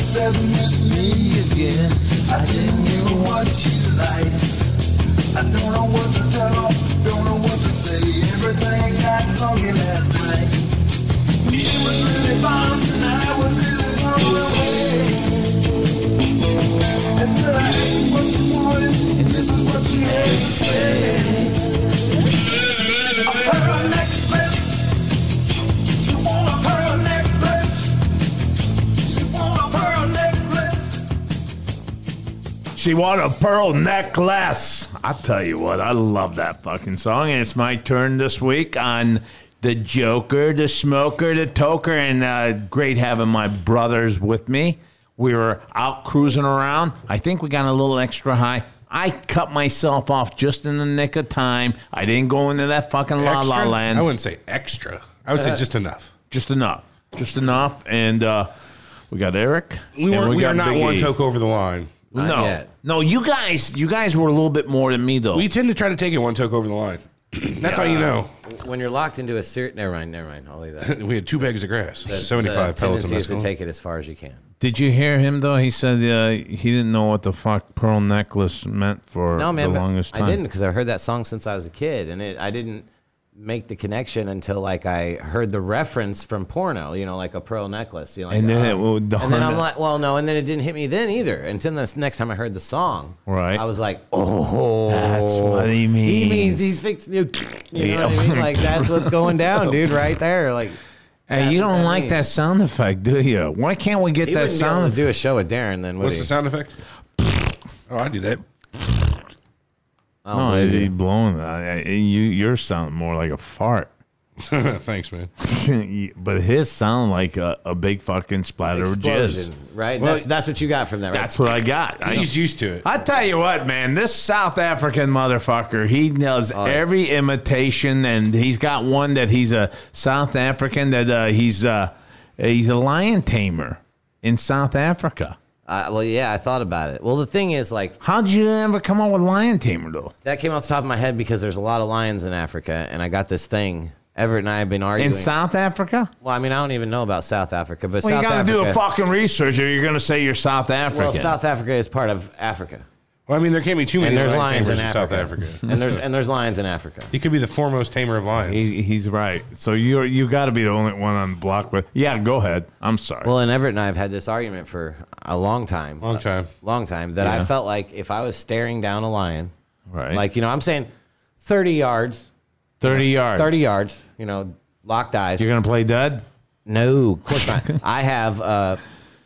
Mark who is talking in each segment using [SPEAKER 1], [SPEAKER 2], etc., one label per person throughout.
[SPEAKER 1] said met me again. I didn't hear what she likes. I don't know what to tell her, don't know what to say. Everything got funky last night. She was really fun and I was really blown away. And then I asked what she wanted, and this is what she had to say. A pearl necklace. She want a pearl necklace. She want a pearl necklace.
[SPEAKER 2] She wore a pearl necklace. I tell you what, I love that fucking song. And it's my turn this week on the Joker, the Smoker, the Toker. And uh, great having my brothers with me. We were out cruising around. I think we got a little extra high. I cut myself off just in the nick of time. I didn't go into that fucking la la
[SPEAKER 3] Extra?
[SPEAKER 2] land.
[SPEAKER 3] I wouldn't say extra. I
[SPEAKER 4] Uh-huh.
[SPEAKER 3] would say just enough.
[SPEAKER 2] just enough. Just enough. And uh, we got Eric.
[SPEAKER 3] We,
[SPEAKER 2] and
[SPEAKER 3] were, we, are
[SPEAKER 2] got
[SPEAKER 3] not
[SPEAKER 2] Big
[SPEAKER 3] one
[SPEAKER 2] E.
[SPEAKER 3] toke over the line.
[SPEAKER 2] No,
[SPEAKER 4] Not yet.
[SPEAKER 2] no, you guys, you guys were a little bit more than me though.
[SPEAKER 3] We tend to try to take it one toke over the line. That's how you know.
[SPEAKER 4] When you're locked into a series, never mind, never mind. I'll leave that.
[SPEAKER 3] We had two bags of grass,
[SPEAKER 4] The-
[SPEAKER 3] 75
[SPEAKER 4] the
[SPEAKER 3] pellets of
[SPEAKER 4] tendency is to
[SPEAKER 3] mescaline.
[SPEAKER 4] take it as far as you can.
[SPEAKER 2] Did you hear him though? He said uh, he didn't know what the fuck pearl necklace meant for
[SPEAKER 4] No, man,
[SPEAKER 2] the
[SPEAKER 4] but
[SPEAKER 2] longest time.
[SPEAKER 4] I didn't because I heard that song since I was a kid, and it, I didn't make the connection until like I heard the reference from porno. You know, like a pearl necklace. You know, like,
[SPEAKER 2] And then it
[SPEAKER 4] oh.
[SPEAKER 2] would dawn
[SPEAKER 4] and then I'm
[SPEAKER 2] on-
[SPEAKER 4] like, well, no, and then it didn't hit me then either. Until this next time I heard the song,
[SPEAKER 2] Right.
[SPEAKER 4] I was like, oh,
[SPEAKER 2] That's what he
[SPEAKER 4] He means
[SPEAKER 2] means.
[SPEAKER 4] he's fixing you. You
[SPEAKER 2] Yeah.
[SPEAKER 4] know what I mean? Like that's what's going down, dude. Right there, like.
[SPEAKER 2] Hey,
[SPEAKER 4] that's
[SPEAKER 2] you
[SPEAKER 4] what
[SPEAKER 2] don't
[SPEAKER 4] that
[SPEAKER 2] like
[SPEAKER 4] means.
[SPEAKER 2] that sound effect, do you? Why can't we get
[SPEAKER 4] He
[SPEAKER 2] that
[SPEAKER 4] wouldn't be able
[SPEAKER 2] sound
[SPEAKER 4] to
[SPEAKER 2] effect?
[SPEAKER 4] do a show with Darren then, would
[SPEAKER 3] What's
[SPEAKER 4] he?
[SPEAKER 3] the sound effect? Oh, I do that.
[SPEAKER 4] Oh,
[SPEAKER 2] No, it'd be blowing. I, I, you, you're sounding more like a fart.
[SPEAKER 3] Thanks, man.
[SPEAKER 2] but his sound like a, a big fucking splatter of jizz.
[SPEAKER 4] Explosion, right?
[SPEAKER 3] Well,
[SPEAKER 4] that's that's what you got from that. Right?
[SPEAKER 2] That's what I got. I,
[SPEAKER 3] He's used to it.
[SPEAKER 2] I tell you what, man, this South African motherfucker, he does
[SPEAKER 4] Oh,
[SPEAKER 2] every imitation, and he's got one that he's a South African that uh, he's uh, he's a lion tamer in South Africa.
[SPEAKER 4] Uh, well, yeah, I thought about it. Well, the thing is, like,
[SPEAKER 2] How'd you ever come up with lion tamer though?
[SPEAKER 4] that came off the top of my head because there's a lot of lions in Africa, and I got this thing. Everett and I have been
[SPEAKER 2] In
[SPEAKER 4] arguing.
[SPEAKER 2] South Africa?
[SPEAKER 4] well, I mean, I don't even know about South Africa, but
[SPEAKER 2] Well,
[SPEAKER 4] South
[SPEAKER 2] you gotta
[SPEAKER 4] Africa.
[SPEAKER 2] do a fucking research, or you're gonna say you're South African.
[SPEAKER 4] well, South Africa is part of Africa,
[SPEAKER 3] Well, I mean, there can't be too many
[SPEAKER 4] and there's
[SPEAKER 3] lion
[SPEAKER 4] lions in
[SPEAKER 3] tamers in
[SPEAKER 4] Africa.
[SPEAKER 3] South Africa.
[SPEAKER 4] and there's and there's lions in Africa.
[SPEAKER 3] He could be the foremost tamer of lions.
[SPEAKER 2] He, he's right. So you're you got to be the only one on the block with. Yeah, go ahead. I'm sorry.
[SPEAKER 4] Well, and Everett and I have had this argument for a long time,
[SPEAKER 3] Long time.
[SPEAKER 4] long time. That I
[SPEAKER 2] Yeah.
[SPEAKER 4] felt like if I was staring down a lion,
[SPEAKER 2] right.
[SPEAKER 4] like you know, I'm saying, thirty yards,
[SPEAKER 2] thirty yards.
[SPEAKER 4] thirty yards, you know, locked eyes.
[SPEAKER 2] You're gonna play dead.
[SPEAKER 4] No, of course not. I have uh,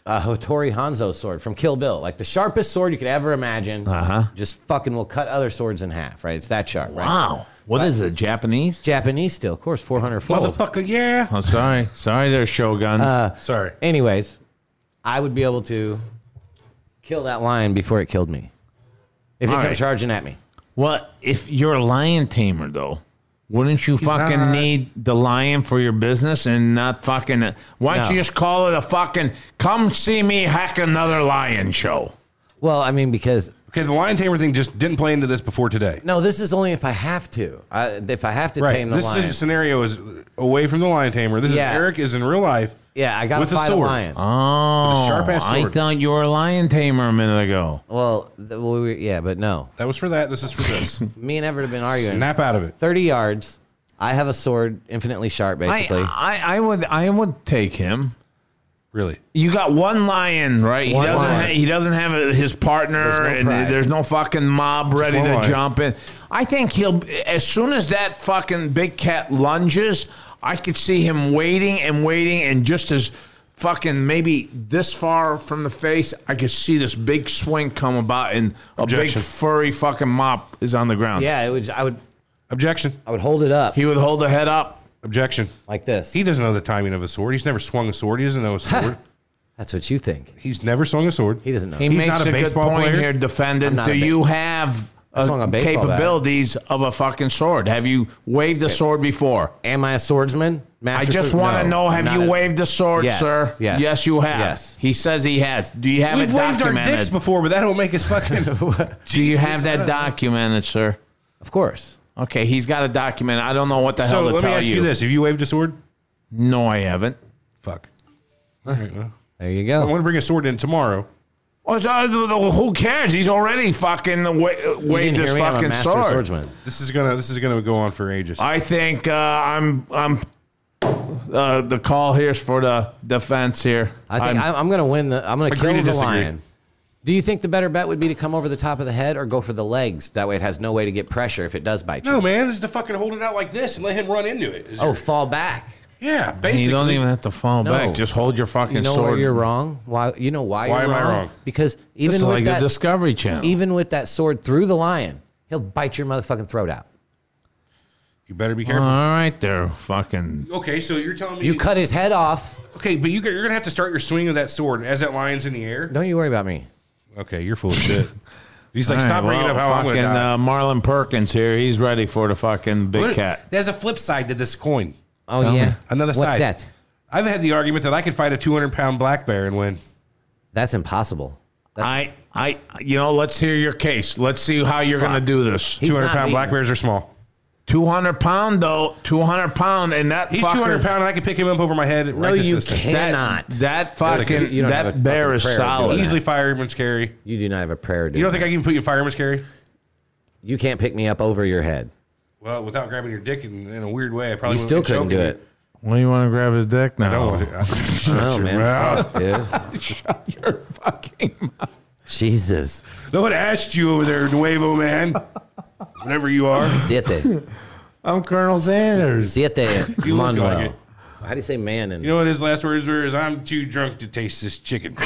[SPEAKER 4] a Hotori Hanzo sword from Kill Bill, like the sharpest sword you could ever imagine.
[SPEAKER 2] Uh-huh.
[SPEAKER 4] Just fucking will cut other swords in half, right? It's that sharp, right?
[SPEAKER 2] Wow. What is it? Japanese?
[SPEAKER 4] Japanese steel, of course, 400 fold.
[SPEAKER 3] Motherfucker, yeah.
[SPEAKER 2] Oh, sorry. Sorry, there, Shoguns.
[SPEAKER 3] Sorry.
[SPEAKER 4] Anyways, I would be able to kill that lion before it killed me. If it
[SPEAKER 2] All
[SPEAKER 4] come
[SPEAKER 2] right.
[SPEAKER 4] charging at me.
[SPEAKER 2] well, if you're a lion tamer, though, wouldn't you fucking
[SPEAKER 3] not.
[SPEAKER 2] need the lion for your business and not fucking. Why don't
[SPEAKER 4] No.
[SPEAKER 2] you just call it a fucking come see me hack another lion show?
[SPEAKER 4] Well, I mean, because
[SPEAKER 3] Okay, the lion tamer thing just didn't play into this before today.
[SPEAKER 4] no, this is only if I have to. I, if I have to tame the
[SPEAKER 3] this
[SPEAKER 4] lion.
[SPEAKER 3] is- scenario is away from the lion tamer. This
[SPEAKER 4] Yeah.
[SPEAKER 3] is Eric is in real life.
[SPEAKER 4] yeah, I got to
[SPEAKER 3] with a
[SPEAKER 4] fight a
[SPEAKER 3] sword. Uh-huh.
[SPEAKER 4] lion.
[SPEAKER 2] Oh.
[SPEAKER 3] sharp-ass
[SPEAKER 2] I
[SPEAKER 3] sword.
[SPEAKER 2] thought you were a lion tamer a minute ago.
[SPEAKER 4] well, th- well, we- yeah, but no.
[SPEAKER 3] That was for that. This is for this.
[SPEAKER 4] Me and Everett have been arguing.
[SPEAKER 3] Snap out of it.
[SPEAKER 4] 30 yards. I have a sword, infinitely sharp,
[SPEAKER 2] I,
[SPEAKER 4] basically.
[SPEAKER 2] I, I would I would take him.
[SPEAKER 3] Really.
[SPEAKER 2] You got one lion, right?
[SPEAKER 4] One
[SPEAKER 2] he doesn't.
[SPEAKER 4] lion.
[SPEAKER 2] Ha- he doesn't have a, his partner,
[SPEAKER 4] There's no
[SPEAKER 2] and
[SPEAKER 4] pride.
[SPEAKER 2] there's no fucking mob ready
[SPEAKER 3] one
[SPEAKER 2] to
[SPEAKER 3] lion.
[SPEAKER 2] jump in. I think he'll. As soon as that fucking big cat lunges, I could see him waiting and waiting, and just as fucking maybe this far from the face, I could see this big swing come about, and a
[SPEAKER 3] Objection.
[SPEAKER 2] big furry fucking mop is on the ground.
[SPEAKER 4] yeah, it would, I would
[SPEAKER 3] Objection.
[SPEAKER 4] I would hold it up
[SPEAKER 2] he would hold the head up.
[SPEAKER 3] Objection.
[SPEAKER 4] like this.
[SPEAKER 3] He doesn't know the timing of a sword. He's never swung a sword. He doesn't know a sword.
[SPEAKER 4] That's what you think.
[SPEAKER 3] He's never swung a sword.
[SPEAKER 4] He doesn't know.
[SPEAKER 2] He
[SPEAKER 3] He's
[SPEAKER 2] makes
[SPEAKER 3] not a
[SPEAKER 2] a, good
[SPEAKER 3] baseball
[SPEAKER 2] point
[SPEAKER 3] player.
[SPEAKER 2] here,
[SPEAKER 4] I'm
[SPEAKER 2] defendant.
[SPEAKER 4] not
[SPEAKER 2] Do
[SPEAKER 4] a ba-
[SPEAKER 2] you have
[SPEAKER 4] I swung
[SPEAKER 2] uh,
[SPEAKER 4] a baseball bat.
[SPEAKER 2] capabilities of a fucking sword? Have you waved a sword before?
[SPEAKER 4] Am I a swordsman?
[SPEAKER 2] I
[SPEAKER 4] Master
[SPEAKER 2] just
[SPEAKER 4] sword-
[SPEAKER 2] want to
[SPEAKER 4] No,
[SPEAKER 2] know: Have
[SPEAKER 4] I'm not
[SPEAKER 2] you
[SPEAKER 4] a-
[SPEAKER 2] waved a sword,
[SPEAKER 4] Yes,
[SPEAKER 2] sir?
[SPEAKER 4] yes,
[SPEAKER 2] you have.
[SPEAKER 4] yes.
[SPEAKER 2] He says he has. Do you have
[SPEAKER 3] We've
[SPEAKER 2] it
[SPEAKER 3] waved our
[SPEAKER 2] documented?
[SPEAKER 3] dicks before, but that don't make us fucking.
[SPEAKER 2] Do you have that documented, sir?
[SPEAKER 4] Of course.
[SPEAKER 2] Okay, he's got a document. I don't know what the
[SPEAKER 3] So
[SPEAKER 2] hell to
[SPEAKER 3] let me
[SPEAKER 2] tell
[SPEAKER 3] ask you. this: Have you waved a sword?
[SPEAKER 2] No, I haven't.
[SPEAKER 3] Fuck. All right, well,
[SPEAKER 4] There you
[SPEAKER 3] I
[SPEAKER 4] go.
[SPEAKER 3] want to bring a sword in tomorrow.
[SPEAKER 2] Well, so, the-
[SPEAKER 3] uh,
[SPEAKER 2] the- who cares? He's already fucking the wa- waved his
[SPEAKER 4] I'm a
[SPEAKER 2] fucking
[SPEAKER 4] master
[SPEAKER 2] sword.
[SPEAKER 4] swordsman.
[SPEAKER 3] This is gonna this is gonna go on for ages.
[SPEAKER 2] I think uh, I'm I'm uh, the call here's for the defense here.
[SPEAKER 4] I think I'm, I'm going to win the. I'm going to
[SPEAKER 3] Agree
[SPEAKER 4] kill
[SPEAKER 3] to
[SPEAKER 4] the
[SPEAKER 3] disagree.
[SPEAKER 4] lion. Do you think the better bet would be to come over the top of the head or go for the legs? That way, it has no way to get pressure if it does bite you.
[SPEAKER 3] no man, is to fucking hold it out like this and let him run into it. Is
[SPEAKER 4] Oh,
[SPEAKER 3] there-
[SPEAKER 4] fall back.
[SPEAKER 3] yeah,
[SPEAKER 2] And
[SPEAKER 3] basically.
[SPEAKER 2] you don't even have to fall
[SPEAKER 4] No.
[SPEAKER 2] back. Just hold your fucking
[SPEAKER 4] You know
[SPEAKER 2] sword.
[SPEAKER 4] where you're wrong. Why? You know why?
[SPEAKER 3] Why
[SPEAKER 4] you're
[SPEAKER 3] am I
[SPEAKER 4] wrong?
[SPEAKER 3] wrong?
[SPEAKER 4] Because
[SPEAKER 2] This
[SPEAKER 4] even
[SPEAKER 2] is
[SPEAKER 4] with
[SPEAKER 2] like
[SPEAKER 4] that,
[SPEAKER 2] the Discovery Channel.
[SPEAKER 4] even with that sword through the lion, he'll bite your motherfucking throat out.
[SPEAKER 3] you better be
[SPEAKER 2] All
[SPEAKER 3] careful.
[SPEAKER 2] right, there, fucking.
[SPEAKER 3] okay, so you're telling me
[SPEAKER 4] You cut his head off.
[SPEAKER 3] Okay, but you, you're gonna have to start your swing of that sword as that lion's in the air.
[SPEAKER 4] Don't you worry about me.
[SPEAKER 3] Okay, you're full of shit. He's like,
[SPEAKER 2] All right,
[SPEAKER 3] stop bringing
[SPEAKER 2] well,
[SPEAKER 3] up how I'm
[SPEAKER 2] fucking
[SPEAKER 3] gonna die.
[SPEAKER 2] uh, Marlon Perkins here. He's ready for the fucking big
[SPEAKER 3] Look,
[SPEAKER 2] cat.
[SPEAKER 3] There's a flip side to this coin.
[SPEAKER 4] Oh
[SPEAKER 2] Tell
[SPEAKER 4] yeah.
[SPEAKER 2] me.
[SPEAKER 3] Another
[SPEAKER 4] What's
[SPEAKER 3] side.
[SPEAKER 4] that?
[SPEAKER 3] I've had the argument that I could fight a 200 pound black bear and win.
[SPEAKER 4] That's impossible. That's,
[SPEAKER 2] I, I, you know, let's hear your case. Let's see how you're gonna do this.
[SPEAKER 4] He's
[SPEAKER 3] 200
[SPEAKER 4] not
[SPEAKER 3] pound
[SPEAKER 4] beating
[SPEAKER 3] black
[SPEAKER 4] him.
[SPEAKER 3] bears are small.
[SPEAKER 2] Two hundred pound though. Two hundred pound, and that
[SPEAKER 3] He's
[SPEAKER 2] fucker-
[SPEAKER 3] 200 pound and I could pick him up over my head.
[SPEAKER 4] no,
[SPEAKER 3] right this
[SPEAKER 4] you
[SPEAKER 3] distance.
[SPEAKER 2] That,
[SPEAKER 4] cannot.
[SPEAKER 2] That
[SPEAKER 4] like you-
[SPEAKER 2] fucking
[SPEAKER 4] you don't have a
[SPEAKER 2] that bear
[SPEAKER 4] fucking
[SPEAKER 2] is
[SPEAKER 4] prayer to do
[SPEAKER 2] solid.
[SPEAKER 4] that.
[SPEAKER 3] Easily fireman's carry.
[SPEAKER 4] you do not have a prayer.
[SPEAKER 3] You don't think I can put you in fireman's carry?
[SPEAKER 4] you can't pick me up over your head?
[SPEAKER 3] Well, without grabbing your dick in, in a weird way, I probably
[SPEAKER 4] You
[SPEAKER 3] would've
[SPEAKER 4] still
[SPEAKER 3] been
[SPEAKER 4] couldn't do
[SPEAKER 3] choking
[SPEAKER 4] it.
[SPEAKER 2] Well, you want to grab his dick now?
[SPEAKER 3] I don't want to.
[SPEAKER 4] Oh man, fuck, dude.
[SPEAKER 2] Your fucking mouth.
[SPEAKER 4] Jesus.
[SPEAKER 3] No one asked you over there, Nuevo man. Whatever you are.
[SPEAKER 4] Siete.
[SPEAKER 2] I'm Colonel Sanders.
[SPEAKER 4] Siete
[SPEAKER 3] You look like
[SPEAKER 4] Monroe.
[SPEAKER 3] it.
[SPEAKER 4] How do you say man in
[SPEAKER 3] You know what his last words were? Is I'm too drunk to taste this chicken.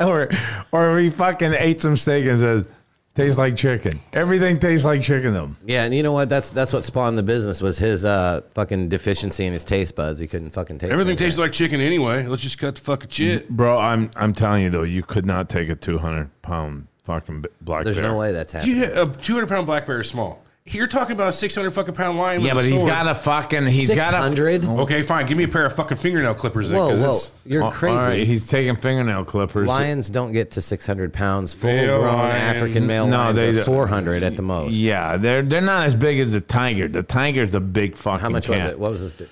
[SPEAKER 2] or, or he fucking ate some steak and said, "Tastes like chicken. Everything tastes like chicken." to him.
[SPEAKER 4] Yeah, and you know what? That's that's what spawned the business was his uh, fucking deficiency in his taste buds. He couldn't fucking taste
[SPEAKER 3] Everything
[SPEAKER 4] anything.
[SPEAKER 3] tastes like chicken anyway. Let's just cut the fucking shit.
[SPEAKER 2] Bro, I'm I'm telling you though, you could not take a 200 pound fucking b- black
[SPEAKER 4] There's
[SPEAKER 2] bear.
[SPEAKER 4] no way that's happening.
[SPEAKER 3] You, a 200 pound black bear is small. You're talking about a 600 fucking pound lion.
[SPEAKER 2] Yeah, but
[SPEAKER 3] with a
[SPEAKER 2] he's
[SPEAKER 3] sword.
[SPEAKER 2] got a fucking. He's
[SPEAKER 4] Six
[SPEAKER 2] got a.
[SPEAKER 4] hundred. Whoa,
[SPEAKER 3] Okay, fine. Give me a pair of fucking fingernail clippers. Then,
[SPEAKER 4] whoa!
[SPEAKER 3] 'cause it's-
[SPEAKER 4] You're
[SPEAKER 2] All-
[SPEAKER 4] crazy.
[SPEAKER 2] All right, Oh, he's taking fingernail clippers.
[SPEAKER 4] Lions don't get to 600 pounds. Full
[SPEAKER 3] Male
[SPEAKER 4] grown
[SPEAKER 3] lion.
[SPEAKER 4] African male
[SPEAKER 2] No,
[SPEAKER 4] lions
[SPEAKER 2] they
[SPEAKER 4] are
[SPEAKER 2] don't.
[SPEAKER 4] 400 at the most.
[SPEAKER 2] Yeah, they're they're not as big as the tiger. The tiger's a big fucking.
[SPEAKER 4] How much was
[SPEAKER 2] cat.
[SPEAKER 4] it? What was this? bi-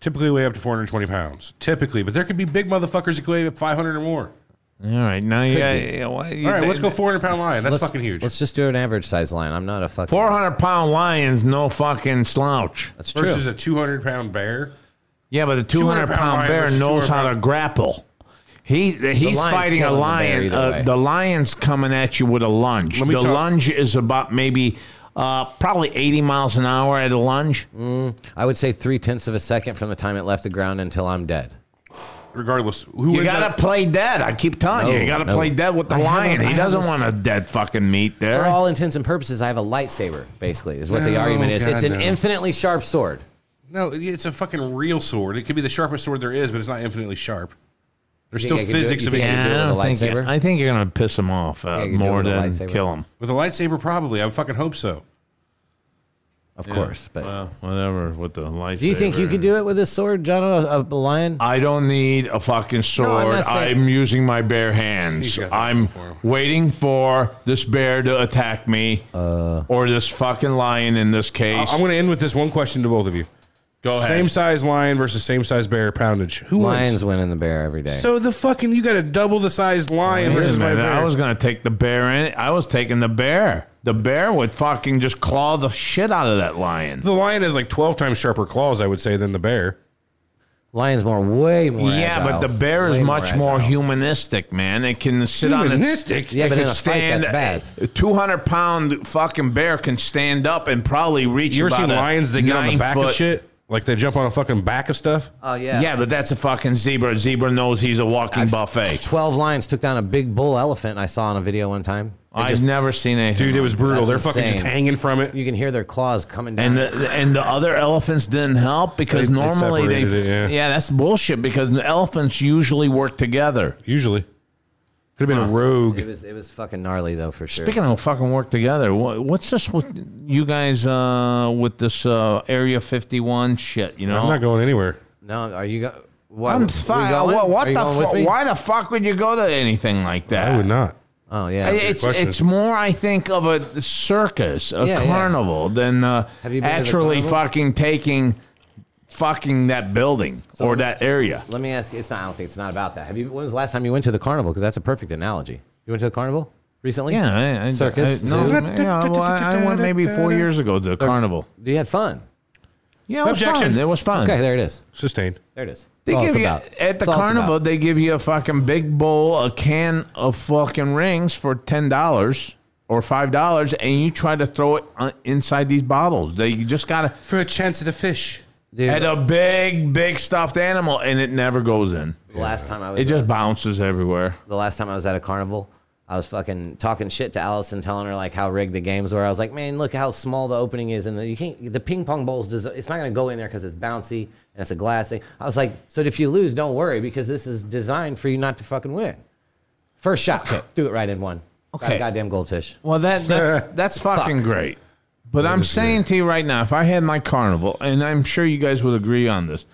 [SPEAKER 3] Typically weigh up to 420 pounds. Typically, but there could be big motherfuckers that weigh up 500 or more.
[SPEAKER 2] All right, now you. Got,
[SPEAKER 4] be.
[SPEAKER 2] yeah, why you
[SPEAKER 3] All right,
[SPEAKER 2] they-
[SPEAKER 3] let's go 400 pound lion. That's
[SPEAKER 4] Let's-
[SPEAKER 3] fucking huge.
[SPEAKER 4] Let's just do an average size lion. I'm not a fucking.
[SPEAKER 2] 400 pound lions, no fucking slouch.
[SPEAKER 4] That's true.
[SPEAKER 3] Versus a 200 pound bear.
[SPEAKER 2] Yeah, but the 200
[SPEAKER 3] pound
[SPEAKER 2] pound
[SPEAKER 3] lion
[SPEAKER 2] bear
[SPEAKER 3] versus
[SPEAKER 2] knows
[SPEAKER 3] 200
[SPEAKER 2] how to
[SPEAKER 3] pound-
[SPEAKER 2] grapple. He he's
[SPEAKER 4] lion's
[SPEAKER 2] fighting a
[SPEAKER 4] killing the bear
[SPEAKER 2] lion.
[SPEAKER 4] either way.
[SPEAKER 2] uh, the lion's coming at you with a lunge.
[SPEAKER 3] Let me
[SPEAKER 2] The
[SPEAKER 3] talk-
[SPEAKER 2] lunge is about maybe uh, probably 80 miles an hour at a lunge.
[SPEAKER 4] I would say three tenths of a second from the time it left the ground until I'm dead.
[SPEAKER 3] Regardless, who
[SPEAKER 2] You
[SPEAKER 3] wins
[SPEAKER 2] gotta
[SPEAKER 3] that-
[SPEAKER 2] play dead. I keep telling you,
[SPEAKER 4] No,
[SPEAKER 2] you gotta
[SPEAKER 4] no.
[SPEAKER 2] play dead with the
[SPEAKER 4] I have a-
[SPEAKER 2] lion.
[SPEAKER 4] I
[SPEAKER 2] he
[SPEAKER 4] have
[SPEAKER 2] doesn't
[SPEAKER 4] this-
[SPEAKER 2] want a dead fucking meat there.
[SPEAKER 4] For all intents and purposes, I have a lightsaber, basically, is what the
[SPEAKER 2] Oh,
[SPEAKER 3] No,
[SPEAKER 4] argument is.
[SPEAKER 3] God,
[SPEAKER 4] it's an
[SPEAKER 3] no.
[SPEAKER 4] infinitely sharp sword.
[SPEAKER 3] No, it's a fucking real sword. It could be the sharpest sword there is, but it's not infinitely sharp. There's still
[SPEAKER 4] think I could do it?
[SPEAKER 3] physics
[SPEAKER 4] You
[SPEAKER 3] of it.
[SPEAKER 4] think I could do it?
[SPEAKER 2] yeah, I,
[SPEAKER 4] with a
[SPEAKER 2] don't think,
[SPEAKER 4] lightsaber?
[SPEAKER 2] I think you're gonna piss him off uh,
[SPEAKER 4] you can do it
[SPEAKER 2] more
[SPEAKER 4] with a
[SPEAKER 2] than
[SPEAKER 4] lightsaber.
[SPEAKER 2] kill him.
[SPEAKER 3] With a lightsaber, probably. I would fucking hope so.
[SPEAKER 4] Of course. But
[SPEAKER 2] Whatever with the lightsaber.
[SPEAKER 4] do you think you could do it with a sword, John? A, a lion?
[SPEAKER 2] I don't need a fucking sword.
[SPEAKER 4] not
[SPEAKER 2] I'm,
[SPEAKER 4] saying-
[SPEAKER 2] using my bare
[SPEAKER 3] He's
[SPEAKER 2] hands.
[SPEAKER 3] got that
[SPEAKER 2] I'm
[SPEAKER 3] for him.
[SPEAKER 2] waiting for this bear to attack me,
[SPEAKER 4] Uh,
[SPEAKER 2] or this fucking lion in this
[SPEAKER 3] I-
[SPEAKER 2] case.
[SPEAKER 3] I'm going to end with this one question to both of you.
[SPEAKER 2] Go ahead.
[SPEAKER 3] Same size lion versus same size bear poundage. Who
[SPEAKER 4] Lions win in the bear every day.
[SPEAKER 3] wins? So the fucking you got to double the size lion
[SPEAKER 2] Wait a
[SPEAKER 3] versus my
[SPEAKER 2] minute,
[SPEAKER 3] bear.
[SPEAKER 2] I was gonna take the bear in. I was taking the bear. The bear would fucking just claw the shit out of that lion.
[SPEAKER 3] the lion has like 12 times sharper claws, I would say, than the bear.
[SPEAKER 4] Lions more, way more.
[SPEAKER 2] yeah, but
[SPEAKER 4] agile.
[SPEAKER 2] the bear is
[SPEAKER 4] Way
[SPEAKER 2] much more,
[SPEAKER 4] agile.
[SPEAKER 2] humanistic, man. It can sit on its
[SPEAKER 3] Humanistic.
[SPEAKER 4] Yeah,
[SPEAKER 2] It
[SPEAKER 4] but
[SPEAKER 2] can
[SPEAKER 4] in a fight, that's bad.
[SPEAKER 2] A 200 pound fucking bear can stand up and probably reach
[SPEAKER 3] You ever
[SPEAKER 2] about
[SPEAKER 3] seen
[SPEAKER 2] a
[SPEAKER 3] lions that get on the
[SPEAKER 2] nine
[SPEAKER 3] back
[SPEAKER 2] foot,
[SPEAKER 3] of shit? Like they jump on a fucking back of stuff?
[SPEAKER 4] Oh yeah.
[SPEAKER 2] Yeah. but that's a fucking zebra. Zebra knows he's a walking buffet.
[SPEAKER 4] Twelve lions took down a big bull elephant. I saw on a video one time. They
[SPEAKER 2] I've
[SPEAKER 4] just-
[SPEAKER 2] never seen anything.
[SPEAKER 3] Dude, it
[SPEAKER 2] like
[SPEAKER 3] was brutal.
[SPEAKER 4] That's
[SPEAKER 3] They're fucking just
[SPEAKER 4] insane.
[SPEAKER 3] hanging from it.
[SPEAKER 4] you can hear their claws coming down.
[SPEAKER 2] And the, and the other elephants didn't help because
[SPEAKER 3] They- they
[SPEAKER 2] normally they
[SPEAKER 3] separated it, yeah.
[SPEAKER 2] that's bullshit because the elephants usually work together.
[SPEAKER 3] Usually. Could have been a rogue.
[SPEAKER 4] it was it was fucking gnarly though for sure.
[SPEAKER 2] Speaking of fucking work together, what, what's this with you guys uh, with this uh, Area 51 shit, you know?
[SPEAKER 3] I'm not going anywhere.
[SPEAKER 4] no, are you go? What,
[SPEAKER 2] I'm
[SPEAKER 4] we
[SPEAKER 2] fine.
[SPEAKER 4] going?
[SPEAKER 2] What, what
[SPEAKER 4] Are you
[SPEAKER 2] the
[SPEAKER 4] going with
[SPEAKER 2] fuck?
[SPEAKER 4] me?
[SPEAKER 2] Why the fuck would you go to anything like that?
[SPEAKER 3] I would not.
[SPEAKER 4] Oh yeah.
[SPEAKER 2] It's
[SPEAKER 3] question.
[SPEAKER 2] it's more I think of a circus, a
[SPEAKER 4] Yeah, yeah.
[SPEAKER 2] carnival than uh,
[SPEAKER 4] Have you been to the
[SPEAKER 2] actually
[SPEAKER 4] carnival?
[SPEAKER 2] fucking taking fucking that building or that area.
[SPEAKER 4] Let me ask. you. It's not. I don't think it's not about that. Have you? When was the last time you went to the carnival? Because that's a perfect analogy. You went to the carnival recently?
[SPEAKER 2] Yeah, I, I,
[SPEAKER 4] Circus,
[SPEAKER 2] I, no,
[SPEAKER 4] zoo.
[SPEAKER 2] yeah, well, I, I went maybe four years ago to the carnival.
[SPEAKER 4] You had fun.
[SPEAKER 2] Yeah, it was
[SPEAKER 3] Objection.
[SPEAKER 2] fun. It was fun.
[SPEAKER 4] Okay, there it is.
[SPEAKER 3] Sustained.
[SPEAKER 4] There it is.
[SPEAKER 2] They
[SPEAKER 4] That's all
[SPEAKER 2] give
[SPEAKER 4] it's
[SPEAKER 2] you,
[SPEAKER 4] about.
[SPEAKER 2] at the
[SPEAKER 4] That's all it's
[SPEAKER 2] carnival,
[SPEAKER 4] about.
[SPEAKER 2] they give you a fucking big bowl, a can of fucking rings for ten dollars or five dollars, and you try to throw it uh, inside these bottles. They you just gotta
[SPEAKER 3] For a chance at a fish.
[SPEAKER 4] Dude,
[SPEAKER 2] at a big, big stuffed animal, and it never goes in.
[SPEAKER 4] the last time I was
[SPEAKER 2] It just bounces everywhere.
[SPEAKER 4] the last time I was at a carnival, I was fucking talking shit to Allison, telling her like how rigged the games were. I was like, man, look how small the opening is, and the, you can't the ping pong bowls. Des- it's not gonna go in there because it's bouncy and it's a glass thing. I was like, so if you lose, don't worry because this is designed for you not to fucking win. First shot, threw it right in one. Got
[SPEAKER 2] Okay.
[SPEAKER 4] a goddamn goldfish.
[SPEAKER 2] Well, that that's, that's fucking great. But I'm saying to you right now, if I had my carnival, and I'm sure you guys would agree on this,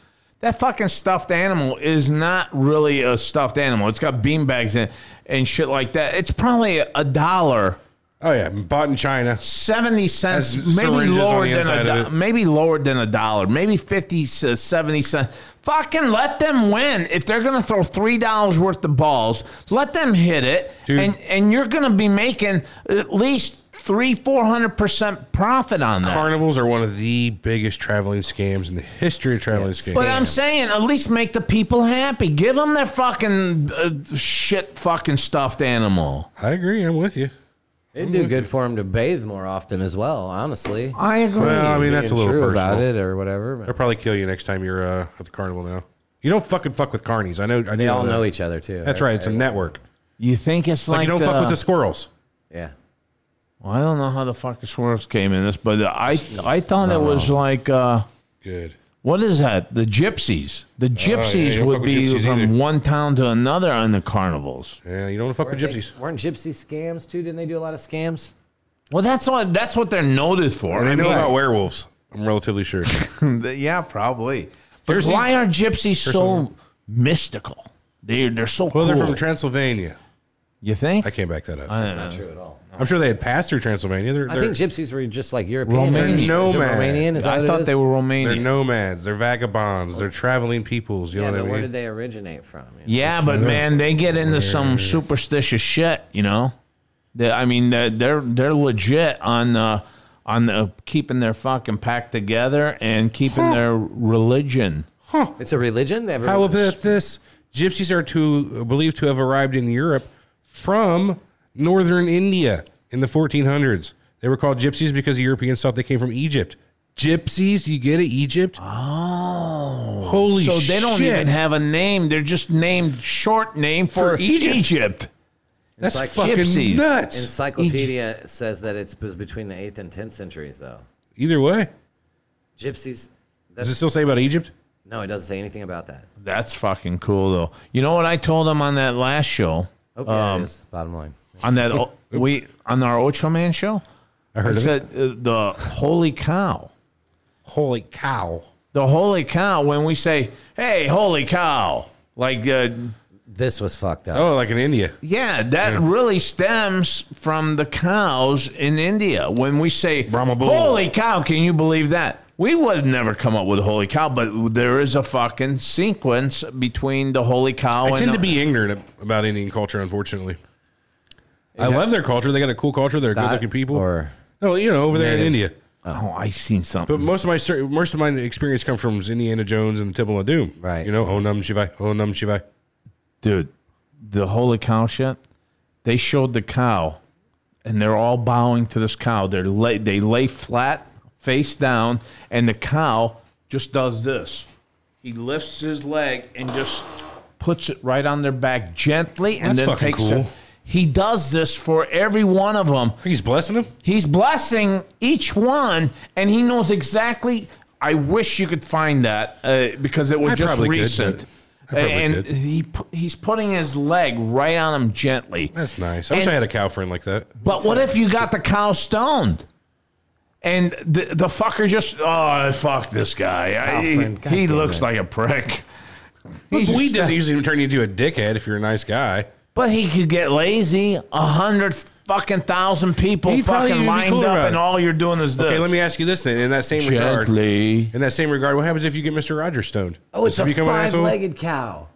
[SPEAKER 2] that fucking stuffed animal is not really a stuffed animal. It's got beanbags in it and shit like that. It's probably a dollar
[SPEAKER 3] Oh yeah, bought in China.
[SPEAKER 2] seventy cents,
[SPEAKER 3] Has
[SPEAKER 2] maybe
[SPEAKER 3] syringes on
[SPEAKER 2] lower
[SPEAKER 3] the
[SPEAKER 2] than a
[SPEAKER 3] inside of
[SPEAKER 2] do-
[SPEAKER 3] it.
[SPEAKER 2] maybe lower than a dollar, maybe fifty to seventy cents. Fucking let them win. If they're gonna throw three dollars worth of balls, let them hit it,
[SPEAKER 3] Dude.
[SPEAKER 2] and and you're gonna be making at least three four hundred percent profit on that.
[SPEAKER 3] Carnivals are one of the biggest traveling scams in the history of traveling
[SPEAKER 4] Yeah.
[SPEAKER 3] scams.
[SPEAKER 2] but I'm saying, at least make the people happy. Give them their fucking uh, shit, fucking stuffed animal.
[SPEAKER 3] I agree. I'm with you.
[SPEAKER 4] It'd do good for him to bathe more often as well. Honestly,
[SPEAKER 2] I agree.
[SPEAKER 3] Well, I mean that's a
[SPEAKER 4] Being
[SPEAKER 3] little
[SPEAKER 4] true
[SPEAKER 3] personal.
[SPEAKER 4] about it or whatever. but
[SPEAKER 3] They'll probably kill you next time you're uh, at the carnival. Now you don't fucking fuck with carnies. I know. I
[SPEAKER 4] They all
[SPEAKER 3] that.
[SPEAKER 4] know each other too.
[SPEAKER 3] That's right. It's a network.
[SPEAKER 2] you think it's,
[SPEAKER 3] Like,
[SPEAKER 2] like
[SPEAKER 3] you don't
[SPEAKER 2] the,
[SPEAKER 3] fuck with the squirrels.
[SPEAKER 4] Yeah.
[SPEAKER 2] Well, I don't know how the fucking squirrels came in this, but uh, I I thought it was like uh,
[SPEAKER 3] Good.
[SPEAKER 2] what is that? The gypsies.
[SPEAKER 3] Oh,
[SPEAKER 2] The gypsies
[SPEAKER 3] you don't
[SPEAKER 2] would
[SPEAKER 3] fuck with
[SPEAKER 2] be
[SPEAKER 3] gypsies
[SPEAKER 2] from
[SPEAKER 3] either.
[SPEAKER 2] one town to another on the carnivals.
[SPEAKER 3] Yeah, you don't fuck with
[SPEAKER 4] They-
[SPEAKER 3] gypsies.
[SPEAKER 4] weren't gypsy scams too? Didn't they do a lot of scams?
[SPEAKER 2] Well, that's what that's what they're noted for.
[SPEAKER 3] And I know
[SPEAKER 2] mean,
[SPEAKER 3] about werewolves. I'm relatively sure.
[SPEAKER 2] yeah, probably. But
[SPEAKER 3] Here's the-
[SPEAKER 2] why are gypsies so
[SPEAKER 3] one.
[SPEAKER 2] mystical? They they're so
[SPEAKER 3] Well,
[SPEAKER 2] cool.
[SPEAKER 3] they're from Transylvania.
[SPEAKER 2] you think?
[SPEAKER 3] I can't back that up.
[SPEAKER 2] I don't
[SPEAKER 4] Not
[SPEAKER 2] know.
[SPEAKER 4] true at all.
[SPEAKER 3] I'm sure they had passed through Transylvania. They're,
[SPEAKER 4] I
[SPEAKER 3] they're,
[SPEAKER 4] think gypsies were just like European.
[SPEAKER 2] Romanian.
[SPEAKER 4] Is it
[SPEAKER 3] Nomad.
[SPEAKER 4] Romanian? Is that
[SPEAKER 2] I
[SPEAKER 4] what it
[SPEAKER 2] thought
[SPEAKER 4] is?
[SPEAKER 2] they were
[SPEAKER 3] they're
[SPEAKER 2] Romanian.
[SPEAKER 3] nomads. They're vagabonds. They're traveling peoples. You
[SPEAKER 4] Yeah,
[SPEAKER 3] know
[SPEAKER 4] but
[SPEAKER 3] what
[SPEAKER 4] where
[SPEAKER 3] I
[SPEAKER 4] did
[SPEAKER 3] mean?
[SPEAKER 4] they originate from? you know?
[SPEAKER 2] Yeah, but man, they get into some superstitious shit, you know. They, I mean, they're they're, they're legit on uh, on uh, keeping their fucking pack together and keeping their religion.
[SPEAKER 4] It's a religion. They have a
[SPEAKER 3] How about this? Gypsies are to believed to have arrived in Europe from northern India in the 1400s. They were called gypsies because the Europeans thought they came from Egypt. Gypsies, you get it? Egypt?
[SPEAKER 2] Oh,
[SPEAKER 3] Holy
[SPEAKER 2] so they don't
[SPEAKER 3] shit.
[SPEAKER 2] even have a name; they're just named short name for,
[SPEAKER 3] For Egypt.
[SPEAKER 2] Egypt.
[SPEAKER 3] That's
[SPEAKER 4] like
[SPEAKER 3] fucking
[SPEAKER 2] gypsies.
[SPEAKER 3] nuts.
[SPEAKER 4] encyclopedia says that it's was between the eighth and tenth centuries, though.
[SPEAKER 3] Either way,
[SPEAKER 4] Gypsies.
[SPEAKER 3] does
[SPEAKER 4] That's,
[SPEAKER 3] it still say about Egypt?
[SPEAKER 4] no, it doesn't say anything about that.
[SPEAKER 2] That's fucking cool, though. You know what I told them on that last show?
[SPEAKER 4] Oh, yeah, it is. Bottom line.
[SPEAKER 2] on that o- we on our Ocho Man show. I
[SPEAKER 3] heard of it.
[SPEAKER 2] said uh, the holy cow.
[SPEAKER 3] Holy cow!
[SPEAKER 2] the holy cow when we say hey holy cow like uh,
[SPEAKER 4] This was fucked up.
[SPEAKER 3] Oh, like in India.
[SPEAKER 2] yeah that really stems from the cows in india when we say
[SPEAKER 3] Brahma bull.
[SPEAKER 2] holy cow can you believe that we would never come up with holy cow but there is a fucking sequence between the holy cow
[SPEAKER 3] I
[SPEAKER 2] and
[SPEAKER 3] tend
[SPEAKER 2] the-
[SPEAKER 3] to be ignorant ab- about Indian culture, unfortunately. I love their culture. They got a cool culture. They're
[SPEAKER 4] That
[SPEAKER 3] good-looking people.
[SPEAKER 4] or-
[SPEAKER 3] no, you know, over there in
[SPEAKER 4] Natives.
[SPEAKER 3] India.
[SPEAKER 2] oh i seen
[SPEAKER 3] But
[SPEAKER 2] something
[SPEAKER 3] most of my cer- most of my experience comes from Indiana Jones and the Temple of Doom.
[SPEAKER 4] Right.
[SPEAKER 3] You know, Oh Num Shivai, Oh Num Shivai.
[SPEAKER 2] dude the holy cow shit they showed the cow and they're all bowing to this cow they're lay, they lay flat face down and the cow just does this he lifts his leg and just puts it right on their back gently and
[SPEAKER 3] That's
[SPEAKER 2] then
[SPEAKER 3] fucking
[SPEAKER 2] takes it
[SPEAKER 3] cool.
[SPEAKER 2] he does this for every one of them
[SPEAKER 3] He's blessing them.
[SPEAKER 2] He's blessing each one, and he knows exactly. I wish you could find that uh, because it was
[SPEAKER 3] I
[SPEAKER 2] just
[SPEAKER 3] probably could,
[SPEAKER 2] recent.
[SPEAKER 3] but I probably
[SPEAKER 2] and
[SPEAKER 3] could.
[SPEAKER 2] he pu- he's putting his leg right on him gently.
[SPEAKER 3] That's nice. I wish
[SPEAKER 2] And-
[SPEAKER 3] I had a cow friend like that.
[SPEAKER 2] But what if you got the cow stoned? And the, the fucker just, oh, fuck this guy. I,
[SPEAKER 4] friend,
[SPEAKER 2] he he
[SPEAKER 4] goddamn
[SPEAKER 2] looks
[SPEAKER 4] it.
[SPEAKER 2] like a prick.
[SPEAKER 3] But
[SPEAKER 2] He's
[SPEAKER 3] weed
[SPEAKER 2] just-
[SPEAKER 3] doesn't usually turn you into a dickhead if you're a nice guy.
[SPEAKER 2] But he could get lazy a hundredth fucking thousand people
[SPEAKER 3] He probably
[SPEAKER 2] fucking
[SPEAKER 3] would be
[SPEAKER 2] lined
[SPEAKER 3] cool
[SPEAKER 2] up,
[SPEAKER 3] about
[SPEAKER 2] and
[SPEAKER 3] it.
[SPEAKER 2] all you're doing is this.
[SPEAKER 3] Okay, let me ask you this then. In that same regard,
[SPEAKER 2] gently.
[SPEAKER 3] in that same regard, what happens if you get Mister Rogers stoned?
[SPEAKER 4] Oh, it's
[SPEAKER 3] Does he
[SPEAKER 4] a
[SPEAKER 3] become an asshole?
[SPEAKER 4] five-legged cow.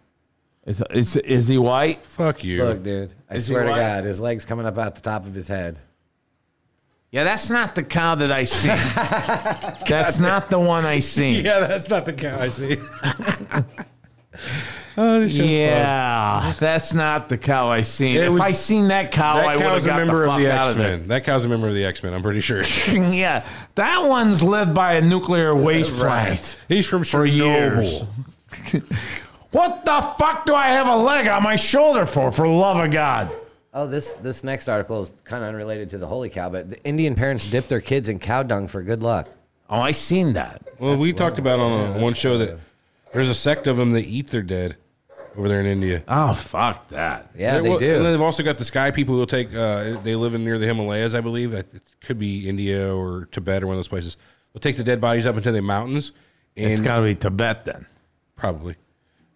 [SPEAKER 2] Is, is, is he white?
[SPEAKER 3] Fuck you.
[SPEAKER 4] Look, dude. I
[SPEAKER 2] Is he
[SPEAKER 4] swear to
[SPEAKER 2] white?
[SPEAKER 4] God, his legs coming up out the top of his head.
[SPEAKER 2] Yeah, that's not the cow that I see. that's not the one I see.
[SPEAKER 3] Yeah, that's not the cow I see. oh, this show's fun.
[SPEAKER 2] Yeah, that's not the cow I seen.
[SPEAKER 3] It
[SPEAKER 2] if
[SPEAKER 3] was-
[SPEAKER 2] I seen that cow, Oh, I
[SPEAKER 3] That
[SPEAKER 2] would have
[SPEAKER 3] cow's a
[SPEAKER 2] got
[SPEAKER 3] member
[SPEAKER 2] the
[SPEAKER 3] of
[SPEAKER 2] fuck
[SPEAKER 3] the
[SPEAKER 2] out
[SPEAKER 3] X
[SPEAKER 2] of there.
[SPEAKER 3] Men. That cow's a member of the X Men. I'm pretty sure.
[SPEAKER 2] yeah, that one's lived by a nuclear waste plant
[SPEAKER 3] He's from
[SPEAKER 2] for years.
[SPEAKER 3] Chernobyl.
[SPEAKER 2] what the fuck do I have a leg on my shoulder for? For the love of God!
[SPEAKER 4] Oh, this this next article is kind of unrelated to the holy cow, but the Indian parents dip their kids in cow dung for good luck.
[SPEAKER 2] Oh, I seen that.
[SPEAKER 3] Well, we talked about on one show that there's a sect of them that eat their dead over there in India.
[SPEAKER 2] Oh fuck that!
[SPEAKER 4] Yeah,
[SPEAKER 3] There-
[SPEAKER 4] they
[SPEAKER 3] well, And then
[SPEAKER 4] do.
[SPEAKER 3] they've also got the sky people who'll take. Uh, they live in near the Himalayas, I believe. It could be India or Tibet or one of those places. They'll take the dead bodies up into the mountains, and
[SPEAKER 2] It's gotta be Tibet then.
[SPEAKER 3] probably,